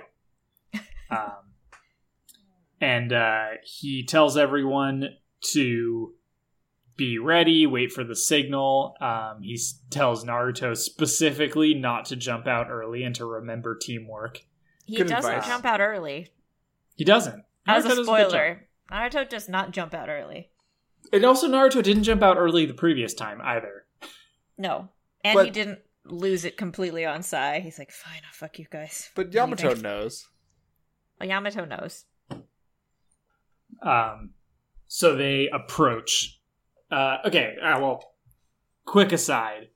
[SPEAKER 2] Um, and uh, he tells everyone to be ready, wait for the signal. Um, he s- tells Naruto specifically not to jump out early and to remember teamwork.
[SPEAKER 3] he
[SPEAKER 1] Good
[SPEAKER 3] doesn't
[SPEAKER 1] advice.
[SPEAKER 3] jump out early.
[SPEAKER 2] He doesn't.
[SPEAKER 3] As
[SPEAKER 2] Naruto
[SPEAKER 3] a
[SPEAKER 2] does good job.
[SPEAKER 3] spoiler, Naruto does not jump out early.
[SPEAKER 2] And also, Naruto didn't jump out early the previous time either.
[SPEAKER 3] No, and
[SPEAKER 1] But-
[SPEAKER 3] he didn't lose it completely on Sai. He's like, "Fine, I'll fuck you guys."
[SPEAKER 1] But
[SPEAKER 3] I'm
[SPEAKER 1] Yamato
[SPEAKER 3] leaving."
[SPEAKER 1] knows.
[SPEAKER 3] Well, Yamato knows.
[SPEAKER 2] Um, so they approach. Uh, okay, uh, well, quick aside.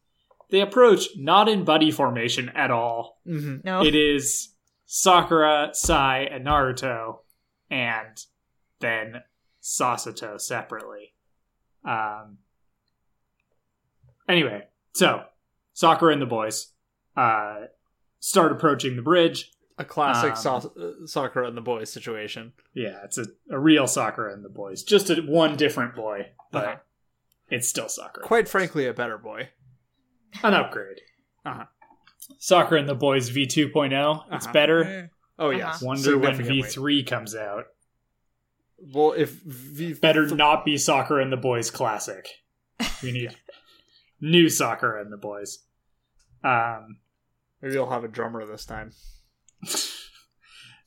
[SPEAKER 2] They approach not in buddy formation at all.
[SPEAKER 1] Mm-hmm.
[SPEAKER 3] No,
[SPEAKER 2] It is Sakura, Sai, and Naruto, and than Sasato separately. Um, anyway, so Sakura and the boys uh, start approaching the bridge.
[SPEAKER 1] A classic
[SPEAKER 2] Um,
[SPEAKER 1] Sa- uh, Sakura and the boys situation.
[SPEAKER 2] Yeah, it's a, a real Sakura and the boys, just a, one different boy, but
[SPEAKER 1] Uh-huh.
[SPEAKER 2] it's still Sakura.
[SPEAKER 1] Quite frankly, a better boy.
[SPEAKER 2] an upgrade.
[SPEAKER 1] Uh-huh.
[SPEAKER 2] Soccer and the Boys V2.0. It's
[SPEAKER 1] Uh-huh.
[SPEAKER 2] better.
[SPEAKER 3] Mm.
[SPEAKER 1] Oh
[SPEAKER 3] Uh-huh.
[SPEAKER 1] yes,
[SPEAKER 2] Wonder when
[SPEAKER 1] significantly.
[SPEAKER 2] V3 comes out.
[SPEAKER 1] Well, if V
[SPEAKER 2] Better not be Soccer and the Boys Classic. We need new Soccer and the Boys. Um,
[SPEAKER 1] maybe you'll have a drummer this time.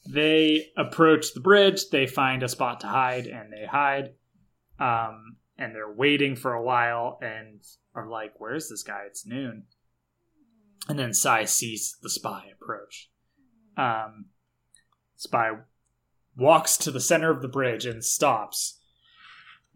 [SPEAKER 2] they approach the bridge. They find a spot to hide, and they hide. Um, and they're waiting for a while, and are like, "Where's this guy? It's noon." And then Sai sees the spy approach. Um, spy walks to the center of the bridge and stops.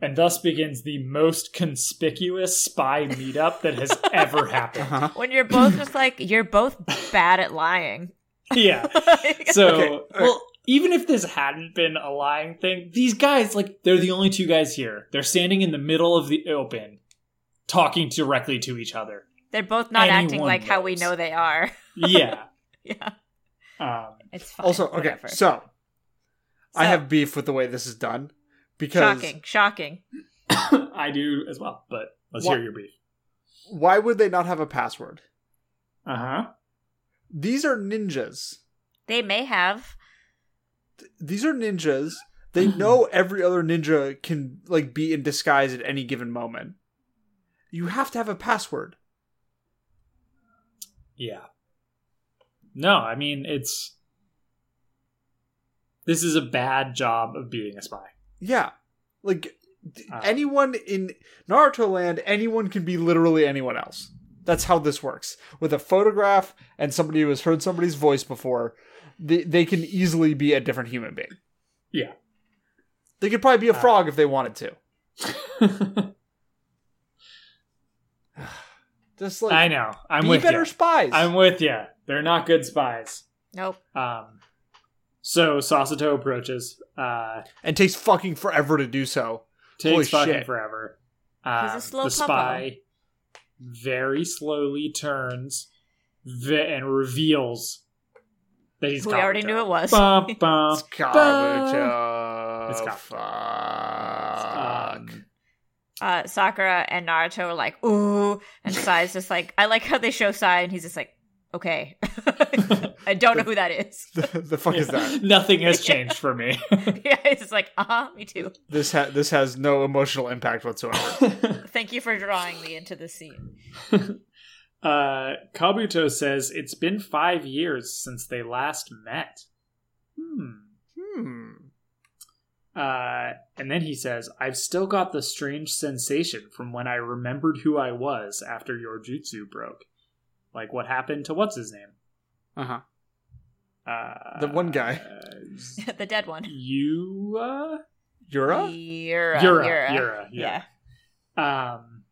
[SPEAKER 2] And thus begins the most conspicuous spy meetup that has ever happened.
[SPEAKER 1] Uh-huh.
[SPEAKER 3] When you're both just like you're both bad at lying.
[SPEAKER 2] Yeah.
[SPEAKER 3] Like,
[SPEAKER 2] So,
[SPEAKER 1] Okay, all right.
[SPEAKER 2] well, even if this hadn't been a lying thing, these guys, like, they're the only two guys here. They're standing in the middle of the open, talking directly to each other.
[SPEAKER 3] they're both not acting
[SPEAKER 2] Anyone
[SPEAKER 3] like how we
[SPEAKER 2] knows.
[SPEAKER 3] know they are.
[SPEAKER 2] Yeah.
[SPEAKER 3] yeah,
[SPEAKER 2] um,
[SPEAKER 3] it's fine.
[SPEAKER 1] Also, okay,
[SPEAKER 3] whatever.
[SPEAKER 1] so I
[SPEAKER 3] So,
[SPEAKER 1] have beef with the way this is done because
[SPEAKER 3] shocking, shocking.
[SPEAKER 2] I do as well, but let's
[SPEAKER 1] What-
[SPEAKER 2] hear your brief.
[SPEAKER 1] why would they not have a password?
[SPEAKER 2] Uh
[SPEAKER 1] Uh-huh.
[SPEAKER 2] huh.
[SPEAKER 1] These are ninjas.
[SPEAKER 3] They may have.
[SPEAKER 1] These are ninjas. They
[SPEAKER 2] Mm-hmm.
[SPEAKER 1] know every other ninja can like be in disguise at any given moment. You have to have a password.
[SPEAKER 2] Yeah. No, I mean, it's. This is a bad job of being a spy.
[SPEAKER 1] Yeah. Like d-
[SPEAKER 2] Uh.
[SPEAKER 1] anyone in Naruto land, anyone can be literally anyone else. That's how this works. With a photograph and somebody who has heard somebody's voice before, they, they can easily be a different human being.
[SPEAKER 2] Yeah.
[SPEAKER 1] They could probably be a
[SPEAKER 2] Uh.
[SPEAKER 1] frog if they wanted to. Just like
[SPEAKER 2] I know. I'm
[SPEAKER 1] be
[SPEAKER 2] with
[SPEAKER 1] better
[SPEAKER 2] you.
[SPEAKER 1] spies.
[SPEAKER 2] I'm with you. They're not good spies.
[SPEAKER 3] Nope.
[SPEAKER 2] Um, so Sasato approaches. Uh,
[SPEAKER 1] and takes fucking forever to do so.
[SPEAKER 2] takes
[SPEAKER 1] Holy
[SPEAKER 2] fucking
[SPEAKER 1] shit.
[SPEAKER 2] forever. Um,
[SPEAKER 3] He's a slow
[SPEAKER 2] the
[SPEAKER 3] puppo.
[SPEAKER 2] spy very slowly turns ve- and reveals that he's.
[SPEAKER 3] Who we already knew it was.
[SPEAKER 2] Bum, bum.
[SPEAKER 1] It's Kabuto.
[SPEAKER 2] It's Kabuto.
[SPEAKER 1] Fuck.
[SPEAKER 2] Um,
[SPEAKER 3] uh, Sakura and Naruto are like, ooh, and Sai's just like, I like how they show Sai, and he's just like, okay, I don't know who that is.
[SPEAKER 1] the, the fuck is that?
[SPEAKER 2] Nothing has changed for me.
[SPEAKER 3] yeah, it's just like, uh huh, me too.
[SPEAKER 1] This ha- this has no emotional impact whatsoever.
[SPEAKER 3] Thank you for drawing me into the scene.
[SPEAKER 2] uh, Kabuto says it's been five years since they last met. Hmm.
[SPEAKER 1] hmm.
[SPEAKER 2] Uh, and then he says, I've still got the strange sensation from when I remembered who I was after your jutsu broke. Like what happened to what's his name?
[SPEAKER 1] Uh huh.
[SPEAKER 2] Uh,
[SPEAKER 1] The one guy.
[SPEAKER 2] Uh,
[SPEAKER 3] the dead one.
[SPEAKER 2] Yura?
[SPEAKER 1] Yura?
[SPEAKER 2] Yura,
[SPEAKER 3] Yura. Yura.
[SPEAKER 2] Yura,
[SPEAKER 3] Yeah.
[SPEAKER 2] yeah. Um,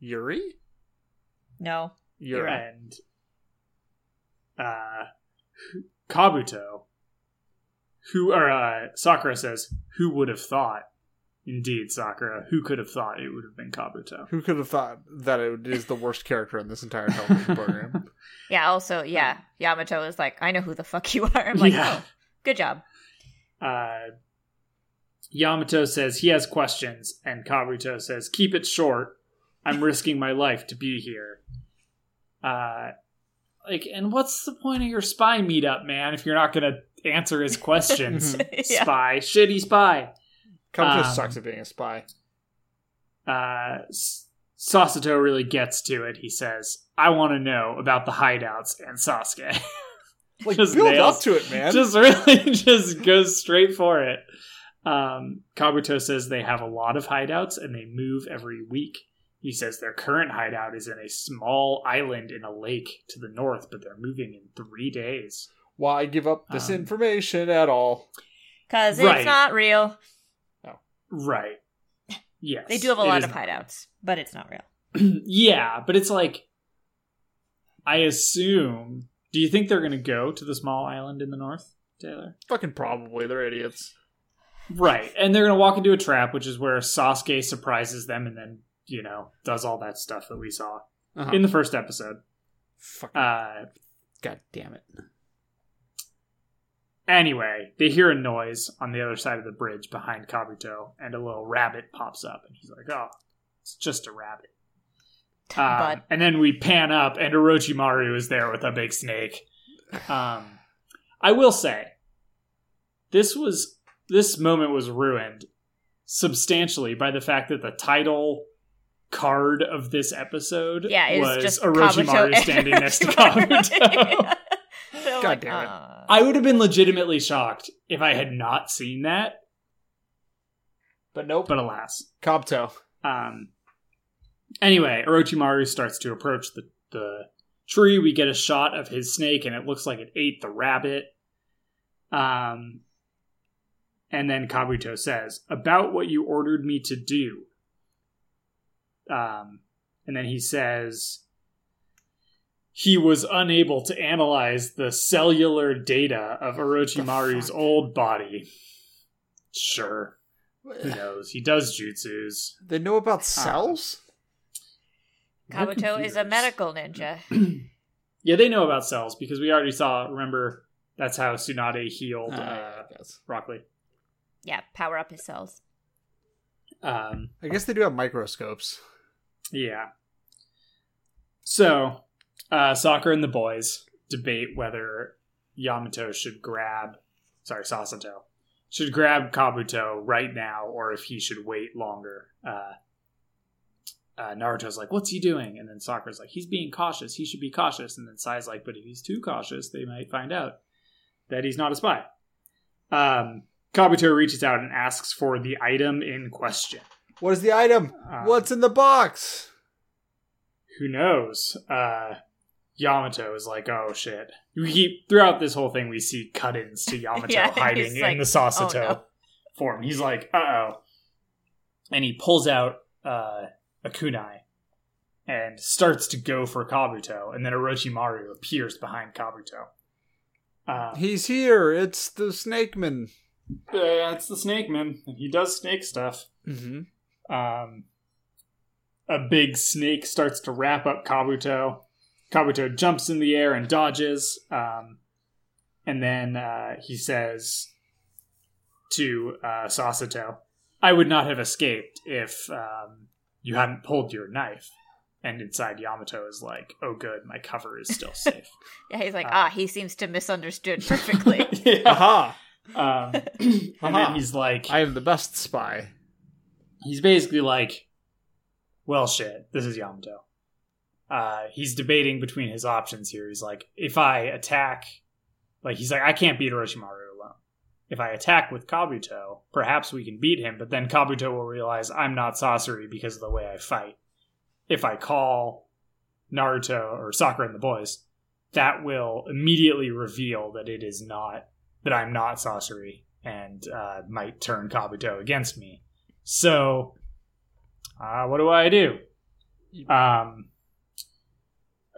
[SPEAKER 1] Yuri?
[SPEAKER 3] No.
[SPEAKER 1] Yura.
[SPEAKER 2] And uh, Kabuto, who, or uh, Sakura says, Who would have thought? Indeed, Sakura, who could have thought it would have been Kabuto?
[SPEAKER 1] Who could have thought that it is the worst character in this entire television program?
[SPEAKER 3] Yeah, also, yeah, Yamato is like, I know who the fuck you are. I'm like,
[SPEAKER 2] Yeah.
[SPEAKER 3] oh, good job.
[SPEAKER 2] uh, Yamato says he has questions, and Kabuto says, "Keep it short. I'm risking my life to be here." Uh, like, and what's the point of your spy meetup, man? If you're not gonna answer his questions,
[SPEAKER 3] Yeah.
[SPEAKER 2] spy, shitty spy.
[SPEAKER 1] Kabuto
[SPEAKER 2] Um,
[SPEAKER 1] sucks at being a spy.
[SPEAKER 2] Uh, S- Sasato really gets to it. He says, "I want to know about the hideouts and Sasuke."
[SPEAKER 1] Like,
[SPEAKER 2] just
[SPEAKER 1] build
[SPEAKER 2] nails-
[SPEAKER 1] up to it, man.
[SPEAKER 2] just really just goes straight for it. Um, Kabuto says they have a lot of hideouts and they move every week. He says their current hideout is in a small island in a lake to the north, but they're moving in three days.
[SPEAKER 1] Why give up this
[SPEAKER 2] Um,
[SPEAKER 1] information at all?
[SPEAKER 3] Because
[SPEAKER 2] Right.
[SPEAKER 3] it's not real.
[SPEAKER 2] Right. Yes.
[SPEAKER 3] They do have a
[SPEAKER 2] it
[SPEAKER 3] lot
[SPEAKER 2] is
[SPEAKER 3] of
[SPEAKER 2] not-
[SPEAKER 3] hideouts, but it's not real.
[SPEAKER 2] yeah, but it's like, I assume. Do you think they're going to go to the small island in the north, Taylor?
[SPEAKER 1] Fucking probably. They're idiots.
[SPEAKER 2] Right. And they're going to walk into a trap, which is where Sasuke surprises them and then, you know, does all that stuff that we saw
[SPEAKER 4] Uh-huh.
[SPEAKER 2] in the first episode.
[SPEAKER 4] Fuck.
[SPEAKER 2] Uh,
[SPEAKER 4] God damn it.
[SPEAKER 2] anyway, they hear a noise on the other side of the bridge behind Kabuto, and a little rabbit pops up, and he's like, oh, it's just a rabbit. Um,
[SPEAKER 3] but
[SPEAKER 2] And then we pan up, and Orochimaru is there with a big snake. Um, I will say, this was this moment was ruined substantially by the fact that the title card of this episode
[SPEAKER 3] yeah, it was
[SPEAKER 2] was
[SPEAKER 3] just
[SPEAKER 2] Orochimaru
[SPEAKER 3] Kabuto
[SPEAKER 2] standing next to
[SPEAKER 3] Orochimaru.
[SPEAKER 2] Kabuto.
[SPEAKER 3] So,
[SPEAKER 1] God
[SPEAKER 3] like,
[SPEAKER 1] damn it.
[SPEAKER 3] uh,
[SPEAKER 2] I would have been legitimately shocked if I had not seen that,
[SPEAKER 1] But nope.
[SPEAKER 2] but alas.
[SPEAKER 1] Copto.
[SPEAKER 2] Um, anyway, Orochimaru starts to approach the, the tree. We get a shot of his snake, and it looks like it ate the rabbit. Um, and then Kabuto says, About what you ordered me to do. Um, and then he says, he was unable to analyze the cellular data of Orochimaru's
[SPEAKER 4] fuck?
[SPEAKER 2] old body. Sure, who knows? He does jutsus.
[SPEAKER 1] They know
[SPEAKER 2] Ah,
[SPEAKER 1] about cells?
[SPEAKER 2] We're
[SPEAKER 3] Kabuto is a
[SPEAKER 2] computers.
[SPEAKER 3] medical ninja.
[SPEAKER 2] yeah, they know about cells because we already saw. Remember, that's how Tsunade healed
[SPEAKER 4] Uh,
[SPEAKER 2] uh,
[SPEAKER 4] I guess.
[SPEAKER 2] Rock Lee.
[SPEAKER 3] Yeah, power up his cells.
[SPEAKER 2] Um,
[SPEAKER 1] I guess they do have microscopes.
[SPEAKER 2] yeah. So, uh, Soccer and the boys debate whether Yamato should grab, sorry, Sasato should grab Kabuto right now, or if he should wait longer. Uh, uh, Naruto's like, "What's he doing?" And then Sakura's like, "He's being cautious. He should be cautious." And then Sai's like, "But if he's too cautious, they might find out that he's not a spy." Um, Kabuto reaches out and asks for the item in question.
[SPEAKER 1] What is the item?
[SPEAKER 2] Um,
[SPEAKER 1] What's in the box?
[SPEAKER 2] who knows? Uh, Yamato is like, oh shit. We keep throughout this whole thing, we see cut-ins to Yamato
[SPEAKER 3] Yeah, he's
[SPEAKER 2] hiding in
[SPEAKER 3] like,
[SPEAKER 2] the Sasato
[SPEAKER 3] "Oh, no."
[SPEAKER 2] form. He's like, uh oh, and he pulls out uh, a kunai and starts to go for Kabuto, and then Orochimaru appears behind Kabuto. Uh,
[SPEAKER 1] He's here. It's the snake man.
[SPEAKER 2] uh, it's the Snake Man. He does snake stuff.
[SPEAKER 1] Mm-hmm.
[SPEAKER 2] um, a big snake starts to wrap up Kabuto. Kabuto jumps in the air and dodges, um, and then uh, he says to uh, Sasato, "I would not have escaped if um, you hadn't pulled your knife." And inside Yamato is like, "Oh, good, my cover is still safe."
[SPEAKER 3] Yeah, he's like,
[SPEAKER 2] Uh,
[SPEAKER 3] ah, he seems to misunderstood perfectly.
[SPEAKER 2] yeah.
[SPEAKER 1] Aha!
[SPEAKER 2] Um, and
[SPEAKER 1] Uh-huh.
[SPEAKER 2] then he's like,
[SPEAKER 1] I am the best spy.
[SPEAKER 2] he's basically like, well, shit, this is Yamato. Uh, he's debating between his options here. He's like, if I attack, like, he's like, I can't beat Orochimaru alone. If I attack with Kabuto, perhaps we can beat him, but then Kabuto will realize I'm not Sasori because of the way I fight. If I call Naruto or Sakura and the boys, that will immediately reveal that it is not, that I'm not Sasori and uh, might turn Kabuto against me. So, uh, what do I do? Um,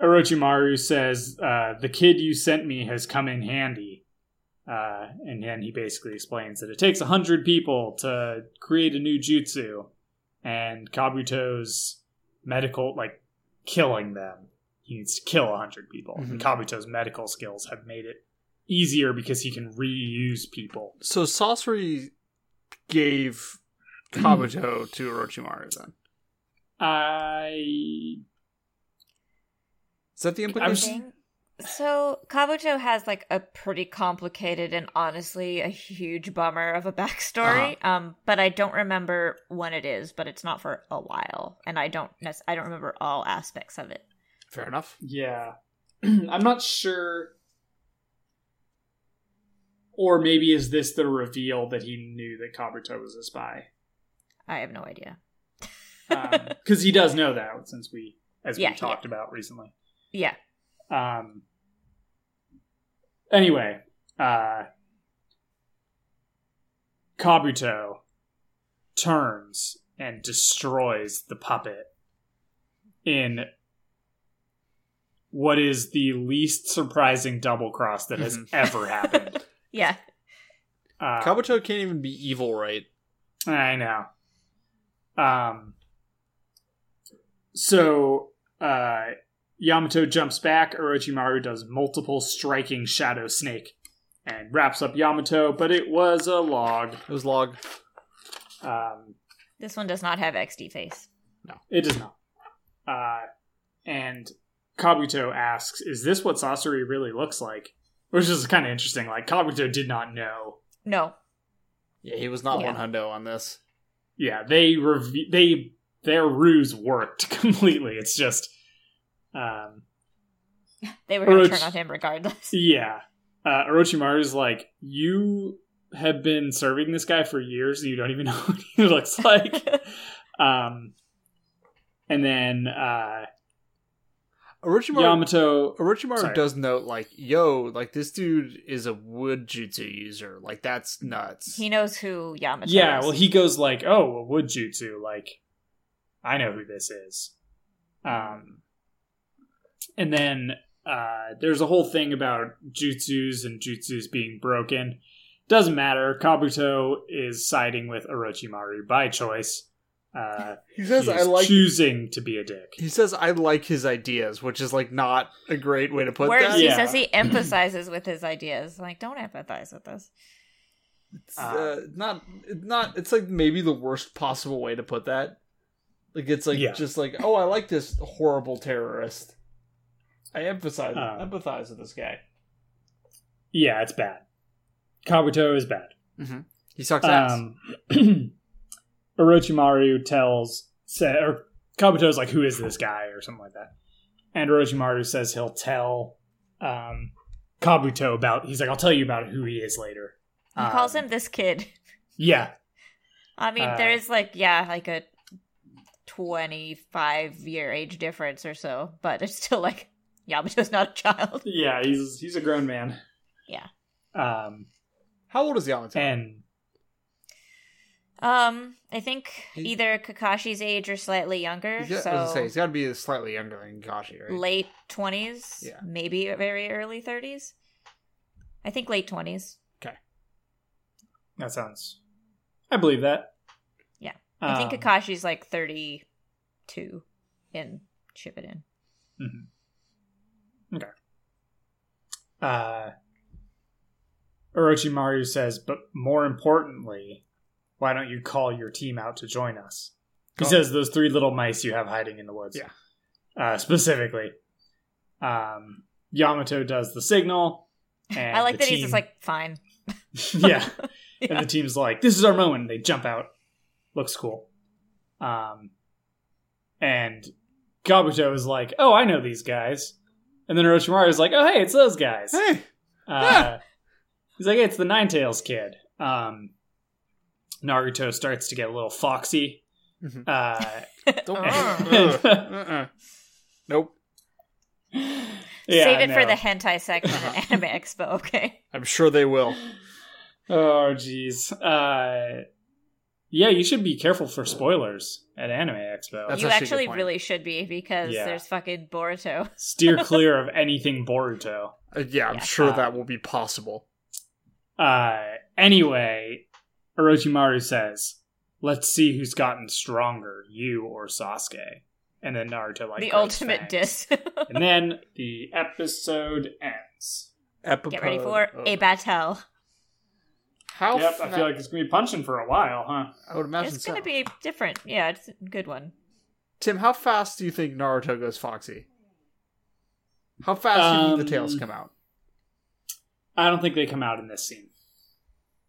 [SPEAKER 2] Orochimaru says, uh, The kid you sent me has come in handy. Uh, and then he basically explains that it takes 100 people to create a new jutsu, and Kabuto's medical, like, killing them. He needs to kill 100 people. And Kabuto's medical skills have made it easier because he can reuse people.
[SPEAKER 1] So Sorcery gave Kabuto to Orochimaru then.
[SPEAKER 2] I
[SPEAKER 1] Is that the
[SPEAKER 2] I'm
[SPEAKER 1] implication?
[SPEAKER 2] s-
[SPEAKER 3] thing. So Kabuto has like a pretty complicated and honestly a huge bummer of a backstory.
[SPEAKER 2] Uh-huh.
[SPEAKER 3] Um, but I don't remember when it is, but it's not for a while, and I don't nec- I don't remember all aspects of it.
[SPEAKER 1] Fair enough.
[SPEAKER 2] Yeah. I'm not sure. Or maybe is this the reveal that he knew that Kabuto was a spy?
[SPEAKER 3] I have no idea.
[SPEAKER 2] Because Um, he does know that since we, as
[SPEAKER 3] Yeah,
[SPEAKER 2] we talked about recently.
[SPEAKER 3] Yeah,
[SPEAKER 2] Um, anyway, uh, Kabuto turns and destroys the puppet in what
[SPEAKER 3] Mm-hmm.
[SPEAKER 2] is the least surprising double cross that has ever happened.
[SPEAKER 3] yeah.
[SPEAKER 2] Uh,
[SPEAKER 1] Kabuto can't even be evil, right?
[SPEAKER 2] I know. Um, so uh, Yamato jumps back. Orochimaru does multiple striking Shadow Snake and wraps up Yamato, but it was a log.
[SPEAKER 1] It was log.
[SPEAKER 2] Um,
[SPEAKER 3] This one does not have XD face.
[SPEAKER 2] it does not. Uh, and Kabuto asks, "Is this what Sasori really looks like?" Which is kind of interesting. Like Kabuto did not know
[SPEAKER 3] No.
[SPEAKER 1] Yeah, he was not
[SPEAKER 3] Yeah.
[SPEAKER 1] one hundo on this.
[SPEAKER 2] yeah they rev- they their ruse worked completely it's just um
[SPEAKER 3] They were going to
[SPEAKER 2] Orochi-
[SPEAKER 3] turn on him regardless.
[SPEAKER 2] yeah uh orochimaru's like you have been serving this guy for years you don't even know what he looks like um and then uh
[SPEAKER 1] Orochimaru,
[SPEAKER 2] yamato
[SPEAKER 1] Orochimaru
[SPEAKER 2] Sorry.
[SPEAKER 1] does note, like, yo, like, this dude is a wood jutsu user. Like, that's nuts.
[SPEAKER 3] He knows who Yamato
[SPEAKER 2] yeah
[SPEAKER 3] is.
[SPEAKER 2] well he goes like oh well, would you too like i know who this is um and then uh there's a whole thing about jutsus and jutsus being broken doesn't matter kabuto is siding with orochimaru by choice uh
[SPEAKER 1] he
[SPEAKER 2] he's
[SPEAKER 1] says, I like.
[SPEAKER 2] choosing to be a dick
[SPEAKER 1] He says, I like his ideas, which is, like, not a great way to put
[SPEAKER 3] Where
[SPEAKER 1] that.
[SPEAKER 3] he
[SPEAKER 2] Yeah.
[SPEAKER 3] says he emphasizes with his ideas. Like, don't empathize with us.
[SPEAKER 1] It's, uh, not, not, it's, like, maybe the worst possible way to put that. Like, it's, like,
[SPEAKER 2] Yeah.
[SPEAKER 1] just like, oh, I like this horrible terrorist. I emphasize,
[SPEAKER 2] Uh.
[SPEAKER 1] empathize with this guy.
[SPEAKER 2] yeah it's bad kabuto is bad
[SPEAKER 1] He sucks ass.
[SPEAKER 2] Um, Orochimaru tells say, or Kabuto's like, "Who is this guy?" or something like that, and Orochimaru says he'll tell um, Kabuto about. He's like, "I'll tell you about who he is later."
[SPEAKER 3] He
[SPEAKER 2] Um,
[SPEAKER 3] calls him this kid.
[SPEAKER 2] Yeah,
[SPEAKER 3] I mean,
[SPEAKER 2] uh,
[SPEAKER 3] there is like, yeah, like a 25 year age difference or so, but it's still like Yamato's not a child.
[SPEAKER 2] yeah. He's he's a grown man.
[SPEAKER 3] Yeah.
[SPEAKER 2] Um,
[SPEAKER 1] How old is Yamato?
[SPEAKER 2] and
[SPEAKER 3] Um, I think
[SPEAKER 1] He-
[SPEAKER 3] either Kakashi's age or slightly younger.
[SPEAKER 1] He's got, I was
[SPEAKER 3] so
[SPEAKER 1] gonna say he's got to be slightly younger than Gashi, right?
[SPEAKER 3] late 20s,
[SPEAKER 1] Yeah.
[SPEAKER 3] maybe very early 30s. I think late 20s.
[SPEAKER 2] that sounds, I believe that.
[SPEAKER 3] Yeah. I think
[SPEAKER 2] Um,
[SPEAKER 3] Kakashi's like 32 in Shippuden.
[SPEAKER 2] uh, Orochimaru says, but more importantly, why don't you call your team out to join us? He
[SPEAKER 3] Oh.
[SPEAKER 1] Call-
[SPEAKER 2] says those three little mice you have hiding in the woods.
[SPEAKER 1] Yeah.
[SPEAKER 2] Uh, specifically, um, Yamato does the signal. And
[SPEAKER 3] I like
[SPEAKER 2] the
[SPEAKER 3] that he's just
[SPEAKER 2] team-
[SPEAKER 3] like, fine.
[SPEAKER 2] yeah. And
[SPEAKER 3] Yeah.
[SPEAKER 2] the team's like, this is our moment. They jump out. Looks cool. Um, and Kabuto is like, oh, I know these guys. And then Orochimaru is like, oh, hey, it's those guys.
[SPEAKER 1] Hey,
[SPEAKER 2] Uh, he's like, it's the Nine Tails kid. Um, Naruto starts to get a little foxy.
[SPEAKER 1] Mhm.
[SPEAKER 2] Uh,
[SPEAKER 1] don't.
[SPEAKER 3] Uh.
[SPEAKER 2] Ugh.
[SPEAKER 1] Uh-uh. Nope.
[SPEAKER 2] yeah,
[SPEAKER 3] Save it
[SPEAKER 2] I
[SPEAKER 3] for
[SPEAKER 2] know.
[SPEAKER 3] the hentai section at Anime Expo, okay?
[SPEAKER 1] I'm sure they will.
[SPEAKER 2] Oh, jeez. Uh, yeah, you should be careful for spoilers at Anime Expo.
[SPEAKER 1] That's actually a
[SPEAKER 3] you
[SPEAKER 1] good
[SPEAKER 3] actually
[SPEAKER 1] point.
[SPEAKER 3] really should be because
[SPEAKER 2] Yeah.
[SPEAKER 3] there's fucking Boruto.
[SPEAKER 2] Steer clear of anything Boruto.
[SPEAKER 1] Uh, yeah, I'm
[SPEAKER 3] Yeah.
[SPEAKER 1] sure
[SPEAKER 2] Uh,
[SPEAKER 1] that will be possible.
[SPEAKER 2] Uh, anyway, Orochimaru says, "Let's see who's gotten stronger, you or Sasuke." And then Naruto like
[SPEAKER 3] the
[SPEAKER 2] grows
[SPEAKER 3] ultimate
[SPEAKER 2] fangs.
[SPEAKER 3] diss.
[SPEAKER 2] and then the episode ends.
[SPEAKER 3] Get ready for
[SPEAKER 1] uh,
[SPEAKER 3] a battle.
[SPEAKER 1] how?
[SPEAKER 3] Oh,
[SPEAKER 2] yep, I
[SPEAKER 1] fa-
[SPEAKER 2] feel like it's gonna be punching for a while, huh?
[SPEAKER 1] I would imagine
[SPEAKER 3] It's gonna
[SPEAKER 1] so.
[SPEAKER 3] be different. Yeah, it's a good one.
[SPEAKER 1] Tim, how fast do you think Naruto goes Foxy? How fast do you think the tails
[SPEAKER 2] Um,
[SPEAKER 1] come out?
[SPEAKER 2] I don't think they come out in this scene,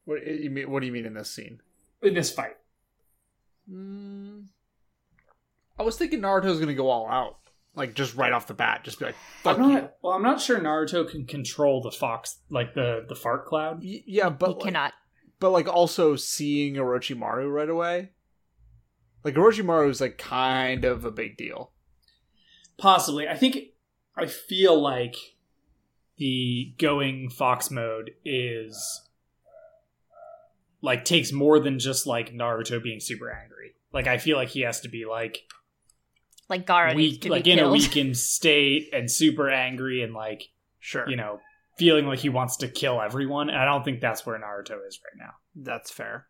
[SPEAKER 1] What, eh, you mean, what do you mean in this scene?
[SPEAKER 2] in this fight.
[SPEAKER 1] Mm, I was thinking Naruto's gonna go all out, like just right off the bat, just be like, "Fuck
[SPEAKER 2] I'm
[SPEAKER 1] you."
[SPEAKER 2] not, well, I'm not sure Naruto can control the fox, like the the fart cloud.
[SPEAKER 1] Y- yeah, but
[SPEAKER 3] you
[SPEAKER 1] like,
[SPEAKER 3] cannot.
[SPEAKER 1] but like also seeing Orochimaru right away. Like Orochimaru is like kind of a big deal.
[SPEAKER 2] Possibly, I think. I feel like the going fox mode is like takes more than just like Naruto being super angry. Like I feel like he has to be like
[SPEAKER 3] Like Gara needs
[SPEAKER 2] weak,
[SPEAKER 3] to
[SPEAKER 2] like
[SPEAKER 3] be
[SPEAKER 2] in a
[SPEAKER 3] killed.
[SPEAKER 2] weakened state and super angry and like
[SPEAKER 1] Sure.
[SPEAKER 2] you know feeling like he wants to kill everyone. And I don't think that's where Naruto is right now.
[SPEAKER 1] That's fair.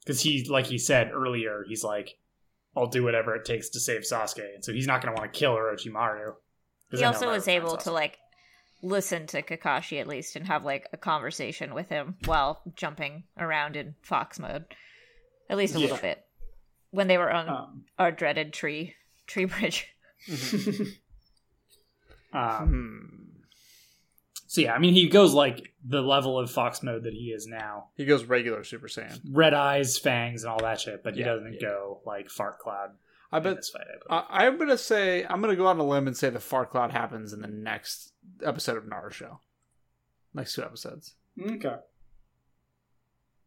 [SPEAKER 2] Because he, like he said earlier, he's like, I'll do whatever it takes to save Sasuke. And so he's not going to want to kill Orochimaru. 'Cause
[SPEAKER 3] He
[SPEAKER 2] I know
[SPEAKER 3] also was
[SPEAKER 2] Naruto
[SPEAKER 3] able
[SPEAKER 2] finds
[SPEAKER 3] to
[SPEAKER 2] Sasuke.
[SPEAKER 3] like listen to Kakashi at least and have like a conversation with him while jumping around in fox mode, at least a
[SPEAKER 2] Yeah.
[SPEAKER 3] little bit when they were on
[SPEAKER 2] Um,
[SPEAKER 3] our dreaded tree tree bridge.
[SPEAKER 2] Mm-hmm. um,
[SPEAKER 1] Hmm.
[SPEAKER 2] so yeah, I mean, he goes like the level of fox mode that he is now.
[SPEAKER 1] He goes regular Super Saiyan.
[SPEAKER 2] Red eyes, fangs, and all that shit, but he
[SPEAKER 1] Yeah,
[SPEAKER 2] doesn't
[SPEAKER 1] yeah.
[SPEAKER 2] go like fart cloud
[SPEAKER 1] I
[SPEAKER 2] in
[SPEAKER 1] bet.
[SPEAKER 2] this fight. I believe.
[SPEAKER 1] I, I'm gonna say I'm gonna go out on a limb and say the Far Cloud happens in the next episode of Naruto. Next two episodes.
[SPEAKER 2] mm, okay.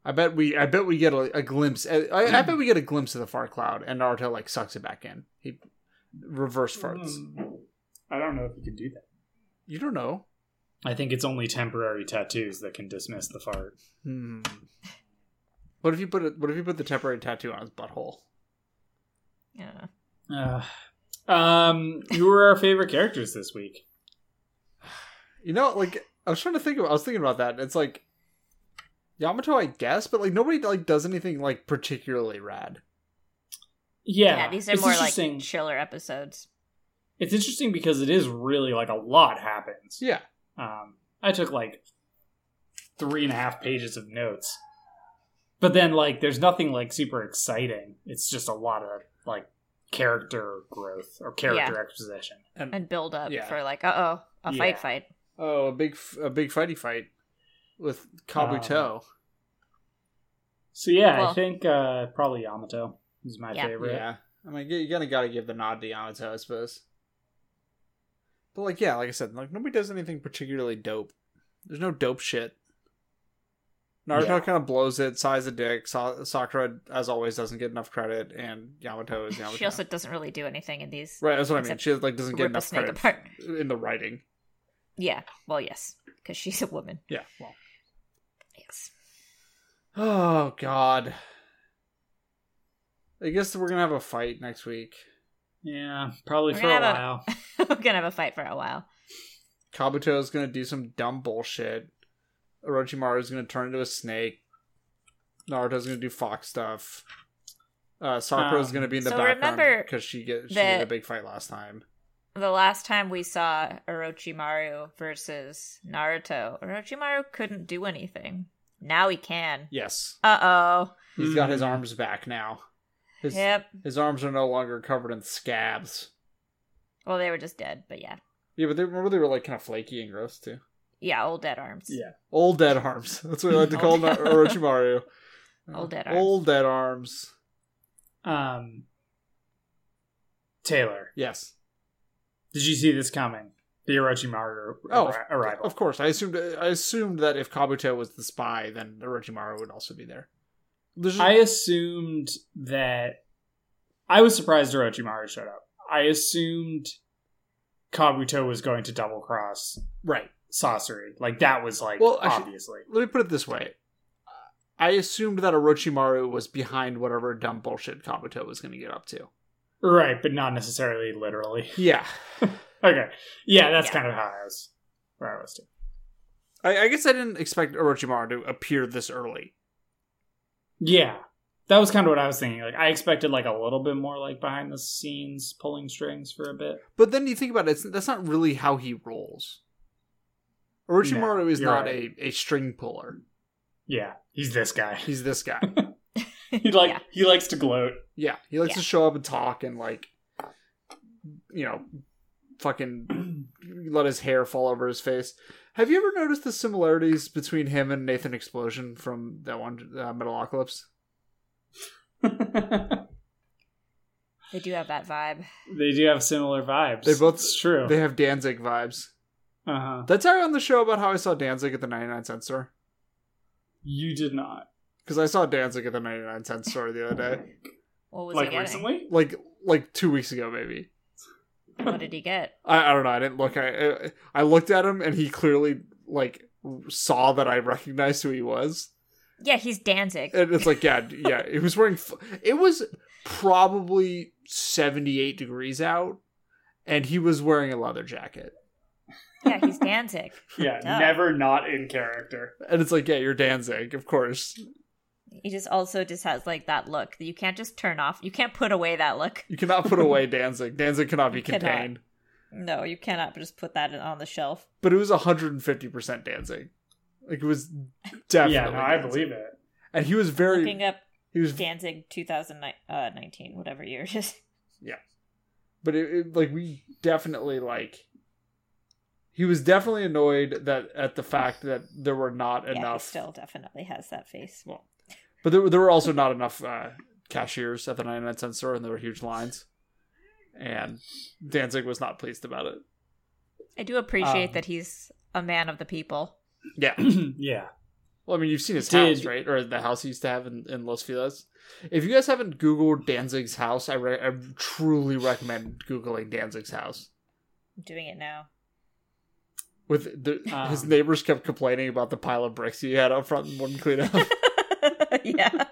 [SPEAKER 1] I bet we. I bet we get a, a glimpse. I, I bet we get a glimpse of the Far Cloud, and Naruto like sucks it back in. He reverse farts.
[SPEAKER 2] Hmm. I don't know if you can do that.
[SPEAKER 1] You don't know.
[SPEAKER 2] I think it's only temporary tattoos that can dismiss the fart.
[SPEAKER 1] Hmm. What if you put it? What if you put the temporary tattoo on his butthole?
[SPEAKER 3] Yeah.
[SPEAKER 2] Uh, um, who were our favorite characters this week?
[SPEAKER 1] You know, like I was trying to think. Of, I was thinking about that. and It's like Yamato, I guess, but like nobody like does anything like particularly rad.
[SPEAKER 2] Yeah,
[SPEAKER 3] these are
[SPEAKER 2] it's
[SPEAKER 3] more like
[SPEAKER 2] interesting.
[SPEAKER 3] chiller episodes.
[SPEAKER 2] it's interesting because it is really like a lot happens.
[SPEAKER 1] Yeah,
[SPEAKER 2] Um, I took like three and a half pages of notes, but then like there's nothing like super exciting. It's just a lot of like character growth or character exposition.
[SPEAKER 3] And build up
[SPEAKER 1] Yeah.
[SPEAKER 3] for like, uh oh, a
[SPEAKER 2] Yeah.
[SPEAKER 3] fight fight.
[SPEAKER 1] Oh, a big, f- a big fighty fight with Kabuto.
[SPEAKER 2] So yeah, I
[SPEAKER 3] Well-
[SPEAKER 2] think uh, probably Yamato is my
[SPEAKER 3] Yeah.
[SPEAKER 2] favorite.
[SPEAKER 1] yeah, I mean, you kind of got to give the nod to Yamato, I suppose. But like, yeah, like I said, like nobody does anything particularly dope. There's no dope shit. Naruto
[SPEAKER 2] Yeah.
[SPEAKER 1] kind of blows it, size a dick. Sa- Sakura, as always, doesn't get enough credit, and Yamato is Yamato.
[SPEAKER 3] She also doesn't really do anything in these.
[SPEAKER 1] right, that's what I mean.
[SPEAKER 3] except
[SPEAKER 1] She like doesn't get
[SPEAKER 3] Rip a
[SPEAKER 1] enough
[SPEAKER 3] snake
[SPEAKER 1] credit
[SPEAKER 3] apart.
[SPEAKER 1] in the writing.
[SPEAKER 3] Yeah. Well, yes, because she's a woman.
[SPEAKER 1] Yeah. Well.
[SPEAKER 3] Yes.
[SPEAKER 1] Oh God. I guess we're gonna have a fight next week.
[SPEAKER 2] Yeah, probably
[SPEAKER 3] We're
[SPEAKER 2] for a
[SPEAKER 3] gonna have a-
[SPEAKER 2] while.
[SPEAKER 3] We're gonna have a fight for a while.
[SPEAKER 1] Kabuto is gonna do some dumb bullshit. Orochimaru is gonna turn into a snake. Naruto's gonna do fox stuff. Uh, Sakura's
[SPEAKER 2] Um,
[SPEAKER 1] gonna be in the
[SPEAKER 3] so
[SPEAKER 1] background
[SPEAKER 3] remember
[SPEAKER 1] because she get she
[SPEAKER 3] that-
[SPEAKER 1] had a big fight last time.
[SPEAKER 3] The last time we saw Orochimaru versus Naruto, Orochimaru couldn't do anything. Now he can.
[SPEAKER 1] Yes,
[SPEAKER 3] Uh oh.
[SPEAKER 1] he's got his
[SPEAKER 2] Mhm.
[SPEAKER 1] arms back now. His
[SPEAKER 3] Yep.
[SPEAKER 1] his arms are no longer covered in scabs.
[SPEAKER 3] Well, they were just dead, but yeah.
[SPEAKER 1] Yeah, but they remember they were like kind of flaky and gross too.
[SPEAKER 3] Yeah, old dead arms.
[SPEAKER 2] Yeah.
[SPEAKER 1] Old dead arms. That's what I like to call Na- Orochimaru.
[SPEAKER 3] Old dead
[SPEAKER 1] Old dead arms.
[SPEAKER 2] Um, Taylor,
[SPEAKER 1] Yes.
[SPEAKER 2] did you see this coming? The Orochimaru
[SPEAKER 1] Oh,
[SPEAKER 2] arri- arrival.
[SPEAKER 1] Of course, I assumed I assumed that if Kabuto was the spy, then Orochimaru would also be there. There's
[SPEAKER 2] I assumed that. I was surprised Orochimaru showed up. I assumed Kabuto was going to double cross
[SPEAKER 1] right.
[SPEAKER 2] Sasori. Like, that was like,
[SPEAKER 1] Well, I should-
[SPEAKER 2] obviously.
[SPEAKER 1] Let me put it this way: I assumed that Orochimaru was behind whatever dumb bullshit Kabuto was going to get up to.
[SPEAKER 2] Right, but not necessarily literally.
[SPEAKER 1] Yeah,
[SPEAKER 2] Okay. Yeah, that's
[SPEAKER 3] Yeah.
[SPEAKER 2] kind of how I was. Where I was too.
[SPEAKER 1] I, I guess I didn't expect Orochimaru to appear this early.
[SPEAKER 2] Yeah. That was kind of what I was thinking. Like, I expected, like, a little bit more, like, behind the scenes pulling strings for a bit.
[SPEAKER 1] But then you think about it; it's, that's not really how he rolls. Orochimaru
[SPEAKER 2] No,
[SPEAKER 1] is
[SPEAKER 2] you're
[SPEAKER 1] not
[SPEAKER 2] right.
[SPEAKER 1] a, a string puller.
[SPEAKER 2] Yeah. He's this guy.
[SPEAKER 1] He's this guy.
[SPEAKER 2] he like
[SPEAKER 3] Yeah.
[SPEAKER 2] he likes to gloat.
[SPEAKER 1] Yeah, he likes
[SPEAKER 3] Yeah.
[SPEAKER 1] to show up and talk and like, you know, fucking let his hair fall over his face. Have you ever noticed the similarities between him and Nathan Explosion from that one uh, Metalocalypse?
[SPEAKER 2] they
[SPEAKER 3] They do have that vibe.
[SPEAKER 2] do have similar vibes.
[SPEAKER 1] They both-
[SPEAKER 2] it's true.
[SPEAKER 1] They have Danzig vibes.
[SPEAKER 2] uh-huh.
[SPEAKER 1] That's how on the show about how I saw Danzig at the 99 cent store
[SPEAKER 2] You did not.
[SPEAKER 1] because I saw Danzig at the 99 cent store the other day,
[SPEAKER 3] What was
[SPEAKER 2] like
[SPEAKER 3] he getting?
[SPEAKER 2] recently?
[SPEAKER 1] like like two weeks ago maybe.
[SPEAKER 3] What did he get?
[SPEAKER 1] I, I don't know. I didn't look. I I- I looked at him and he clearly like saw that I recognized who he was.
[SPEAKER 3] Yeah, he's Danzig.
[SPEAKER 1] And it's like, yeah, d- yeah. It was wearing. F- it was probably seventy-eight degrees out, and he was wearing a leather jacket.
[SPEAKER 3] Yeah, he's Danzig.
[SPEAKER 2] Yeah,
[SPEAKER 3] No.
[SPEAKER 2] never not in character.
[SPEAKER 1] And it's like, yeah, you're Danzig, of course.
[SPEAKER 3] He just also just has like that look that you can't just turn off. You can't put away that look.
[SPEAKER 1] You cannot put away Danzig. Danzig cannot be
[SPEAKER 3] You cannot.
[SPEAKER 1] contained.
[SPEAKER 3] No, you cannot just put that on the shelf.
[SPEAKER 1] But it was 150% Danzig. Like it was definitely.
[SPEAKER 2] yeah, no, I
[SPEAKER 1] Danzig.
[SPEAKER 2] believe it.
[SPEAKER 1] And he was very.
[SPEAKER 3] Looking up
[SPEAKER 1] he was
[SPEAKER 3] Danzig 2019, uh, whatever year it is.
[SPEAKER 1] but it, it- like we definitely like he was definitely annoyed that at the fact that there were not
[SPEAKER 3] Yeah, he
[SPEAKER 1] enough
[SPEAKER 3] still definitely has that face.
[SPEAKER 1] well but there, were- there were also not enough uh, cashiers at the 99 cent store and there were huge lines and danzig was not pleased about it
[SPEAKER 3] I do appreciate
[SPEAKER 2] Um,
[SPEAKER 3] that he's a man of the people.
[SPEAKER 1] yeah
[SPEAKER 2] yeah.
[SPEAKER 1] well i mean you've seen his
[SPEAKER 2] Did-
[SPEAKER 1] house right or the house he used to have in, in los feliz if you guys haven't googled danzig's house I, re- I truly recommend googling danzig's house
[SPEAKER 3] I'm doing it now.
[SPEAKER 1] with the, his
[SPEAKER 2] Um.
[SPEAKER 1] neighbors kept complaining about the pile of bricks he had out front and wouldn't clean up.
[SPEAKER 3] yeah.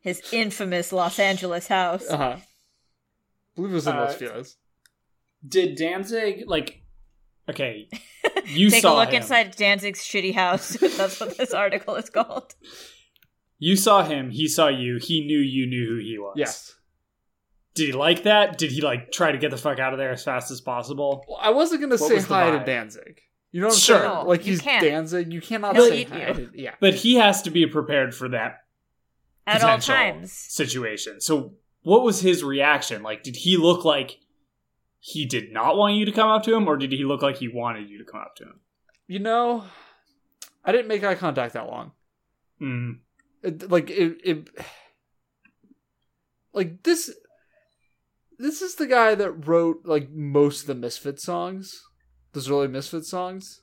[SPEAKER 3] His infamous Los Angeles house.
[SPEAKER 1] uh-huh. I believe it was in Los
[SPEAKER 2] Uh,
[SPEAKER 1] Feliz.
[SPEAKER 2] Did Danzig like? Okay, you
[SPEAKER 3] Take
[SPEAKER 2] saw
[SPEAKER 3] a look
[SPEAKER 2] him.
[SPEAKER 3] inside Danzig's shitty house. That's what this article is called.
[SPEAKER 2] You saw him. He saw you. He knew you knew who he was.
[SPEAKER 1] Yes,
[SPEAKER 2] Did he like that? Did he like try to get the fuck out of there as fast as possible?
[SPEAKER 1] well, I wasn't gonna
[SPEAKER 2] What
[SPEAKER 1] say
[SPEAKER 2] was the
[SPEAKER 1] hi
[SPEAKER 2] vibe?
[SPEAKER 1] to Danzig. You know what I'm
[SPEAKER 2] Sure.
[SPEAKER 1] saying?
[SPEAKER 3] No,
[SPEAKER 1] like
[SPEAKER 3] you
[SPEAKER 1] he's
[SPEAKER 3] can't.
[SPEAKER 1] Danzig. You cannot
[SPEAKER 3] He'll
[SPEAKER 1] say
[SPEAKER 3] eat
[SPEAKER 1] hi.
[SPEAKER 3] you.
[SPEAKER 1] to- yeah,
[SPEAKER 2] But he has to be prepared for that
[SPEAKER 3] At all
[SPEAKER 2] potential
[SPEAKER 3] times.
[SPEAKER 2] situation. So, what was his reaction? Like, did he look like he did not want you to come up to him, or did he look like he wanted you to come up to him?
[SPEAKER 1] you know, I didn't make eye contact that long.
[SPEAKER 2] Mm.
[SPEAKER 1] Mm-hmm. It, like it, it, like this. This is the guy that wrote like most of the Misfit songs, those early Misfit songs,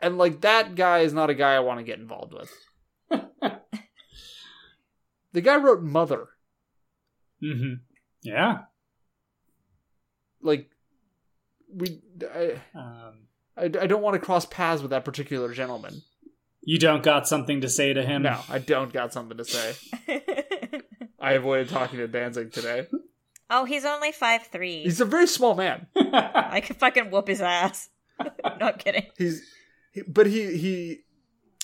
[SPEAKER 1] and like that guy is not a guy I want to get involved with. the guy wrote Mother. Mm-hmm.
[SPEAKER 2] hmm Yeah.
[SPEAKER 1] like we I,
[SPEAKER 2] Um,
[SPEAKER 1] I, I don't want to cross paths with that particular gentleman.
[SPEAKER 2] you don't got something to say to him?
[SPEAKER 1] No, I don't got something to say. I avoided talking to Danzig today.
[SPEAKER 3] oh, he's only five three.
[SPEAKER 1] He's a very small man.
[SPEAKER 3] I could fucking whoop his ass. no, I'm kidding.
[SPEAKER 1] He's he, but he he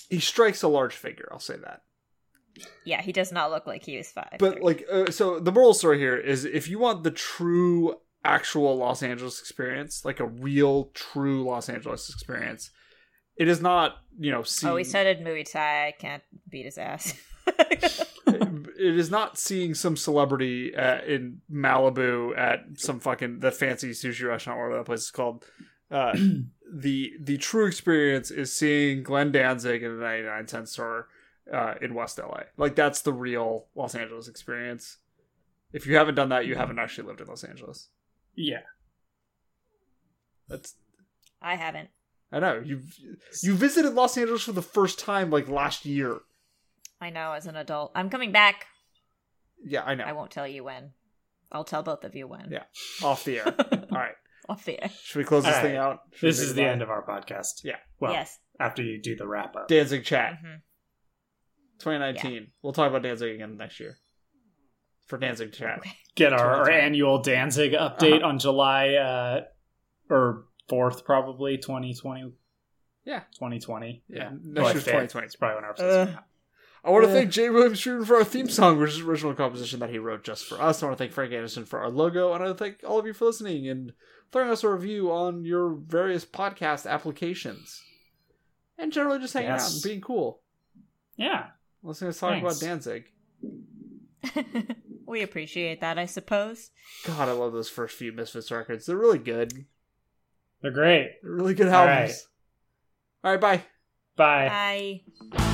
[SPEAKER 1] he strikes a large figure, I'll say that.
[SPEAKER 3] Yeah, he does not look like he was five.
[SPEAKER 1] But like uh, so the moral story here is if you want the true actual Los Angeles experience, like a real true Los Angeles experience, it is not, you know, see
[SPEAKER 3] oh, he started Muay Thai. I can't beat his ass.
[SPEAKER 1] it is not seeing some celebrity uh, in Malibu at some fucking the fancy sushi restaurant, whatever that place is called. Uh, the the true experience is seeing Glenn Danzig in the 99 cent store uh, in West LA. Like that's the real Los Angeles experience. If you haven't done that, you haven't actually lived in Los Angeles.
[SPEAKER 2] Yeah.
[SPEAKER 1] That's
[SPEAKER 3] I haven't.
[SPEAKER 1] I know you you visited Los Angeles for the first time like last year.
[SPEAKER 3] I know as an adult. I'm coming back.
[SPEAKER 1] Yeah, I know.
[SPEAKER 3] I won't tell you when. I'll tell both of you when.
[SPEAKER 1] Yeah. Off the air. All right,
[SPEAKER 3] Off the air.
[SPEAKER 1] should we close this
[SPEAKER 2] All
[SPEAKER 1] thing
[SPEAKER 2] right.
[SPEAKER 1] out? Should we
[SPEAKER 2] This
[SPEAKER 1] say
[SPEAKER 2] is the
[SPEAKER 1] goodbye?
[SPEAKER 2] end of our podcast.
[SPEAKER 1] Yeah.
[SPEAKER 2] Well,
[SPEAKER 3] yes.
[SPEAKER 2] after you do the wrap up.
[SPEAKER 1] Danzig chat.
[SPEAKER 3] hmm
[SPEAKER 1] 2019. We'll talk about Danzig again next year for Danzig chat.
[SPEAKER 3] Okay.
[SPEAKER 2] Get our, our
[SPEAKER 1] 2020.
[SPEAKER 2] annual Danzig update
[SPEAKER 1] Uh-huh.
[SPEAKER 2] on July uh, or 4th, probably 2020.
[SPEAKER 1] Yeah.
[SPEAKER 2] 2020.
[SPEAKER 1] Yeah,
[SPEAKER 2] Well,
[SPEAKER 1] next year's
[SPEAKER 2] it's
[SPEAKER 1] 2020.
[SPEAKER 2] It's probably when our
[SPEAKER 1] Uh.
[SPEAKER 2] episode's coming out.
[SPEAKER 1] I want to
[SPEAKER 4] Yeah.
[SPEAKER 1] thank Jay Williams Shooting for our theme song, which is original composition that he wrote just for us. I want to thank Frank Anderson for our logo, and I want to thank all of you for listening and throwing us a review on your various podcast applications, and generally just hanging out
[SPEAKER 2] Yes.
[SPEAKER 1] and being cool.
[SPEAKER 2] Yeah.
[SPEAKER 1] Listening to us talk about
[SPEAKER 2] Thanks.
[SPEAKER 1] Danzig.
[SPEAKER 3] Mm-hmm. we appreciate that, I suppose.
[SPEAKER 1] God, I love those first few Misfits records. They're really good.
[SPEAKER 2] They're great.
[SPEAKER 1] They're really good
[SPEAKER 2] All
[SPEAKER 1] albums. All right, bye.
[SPEAKER 2] Bye.
[SPEAKER 3] Bye.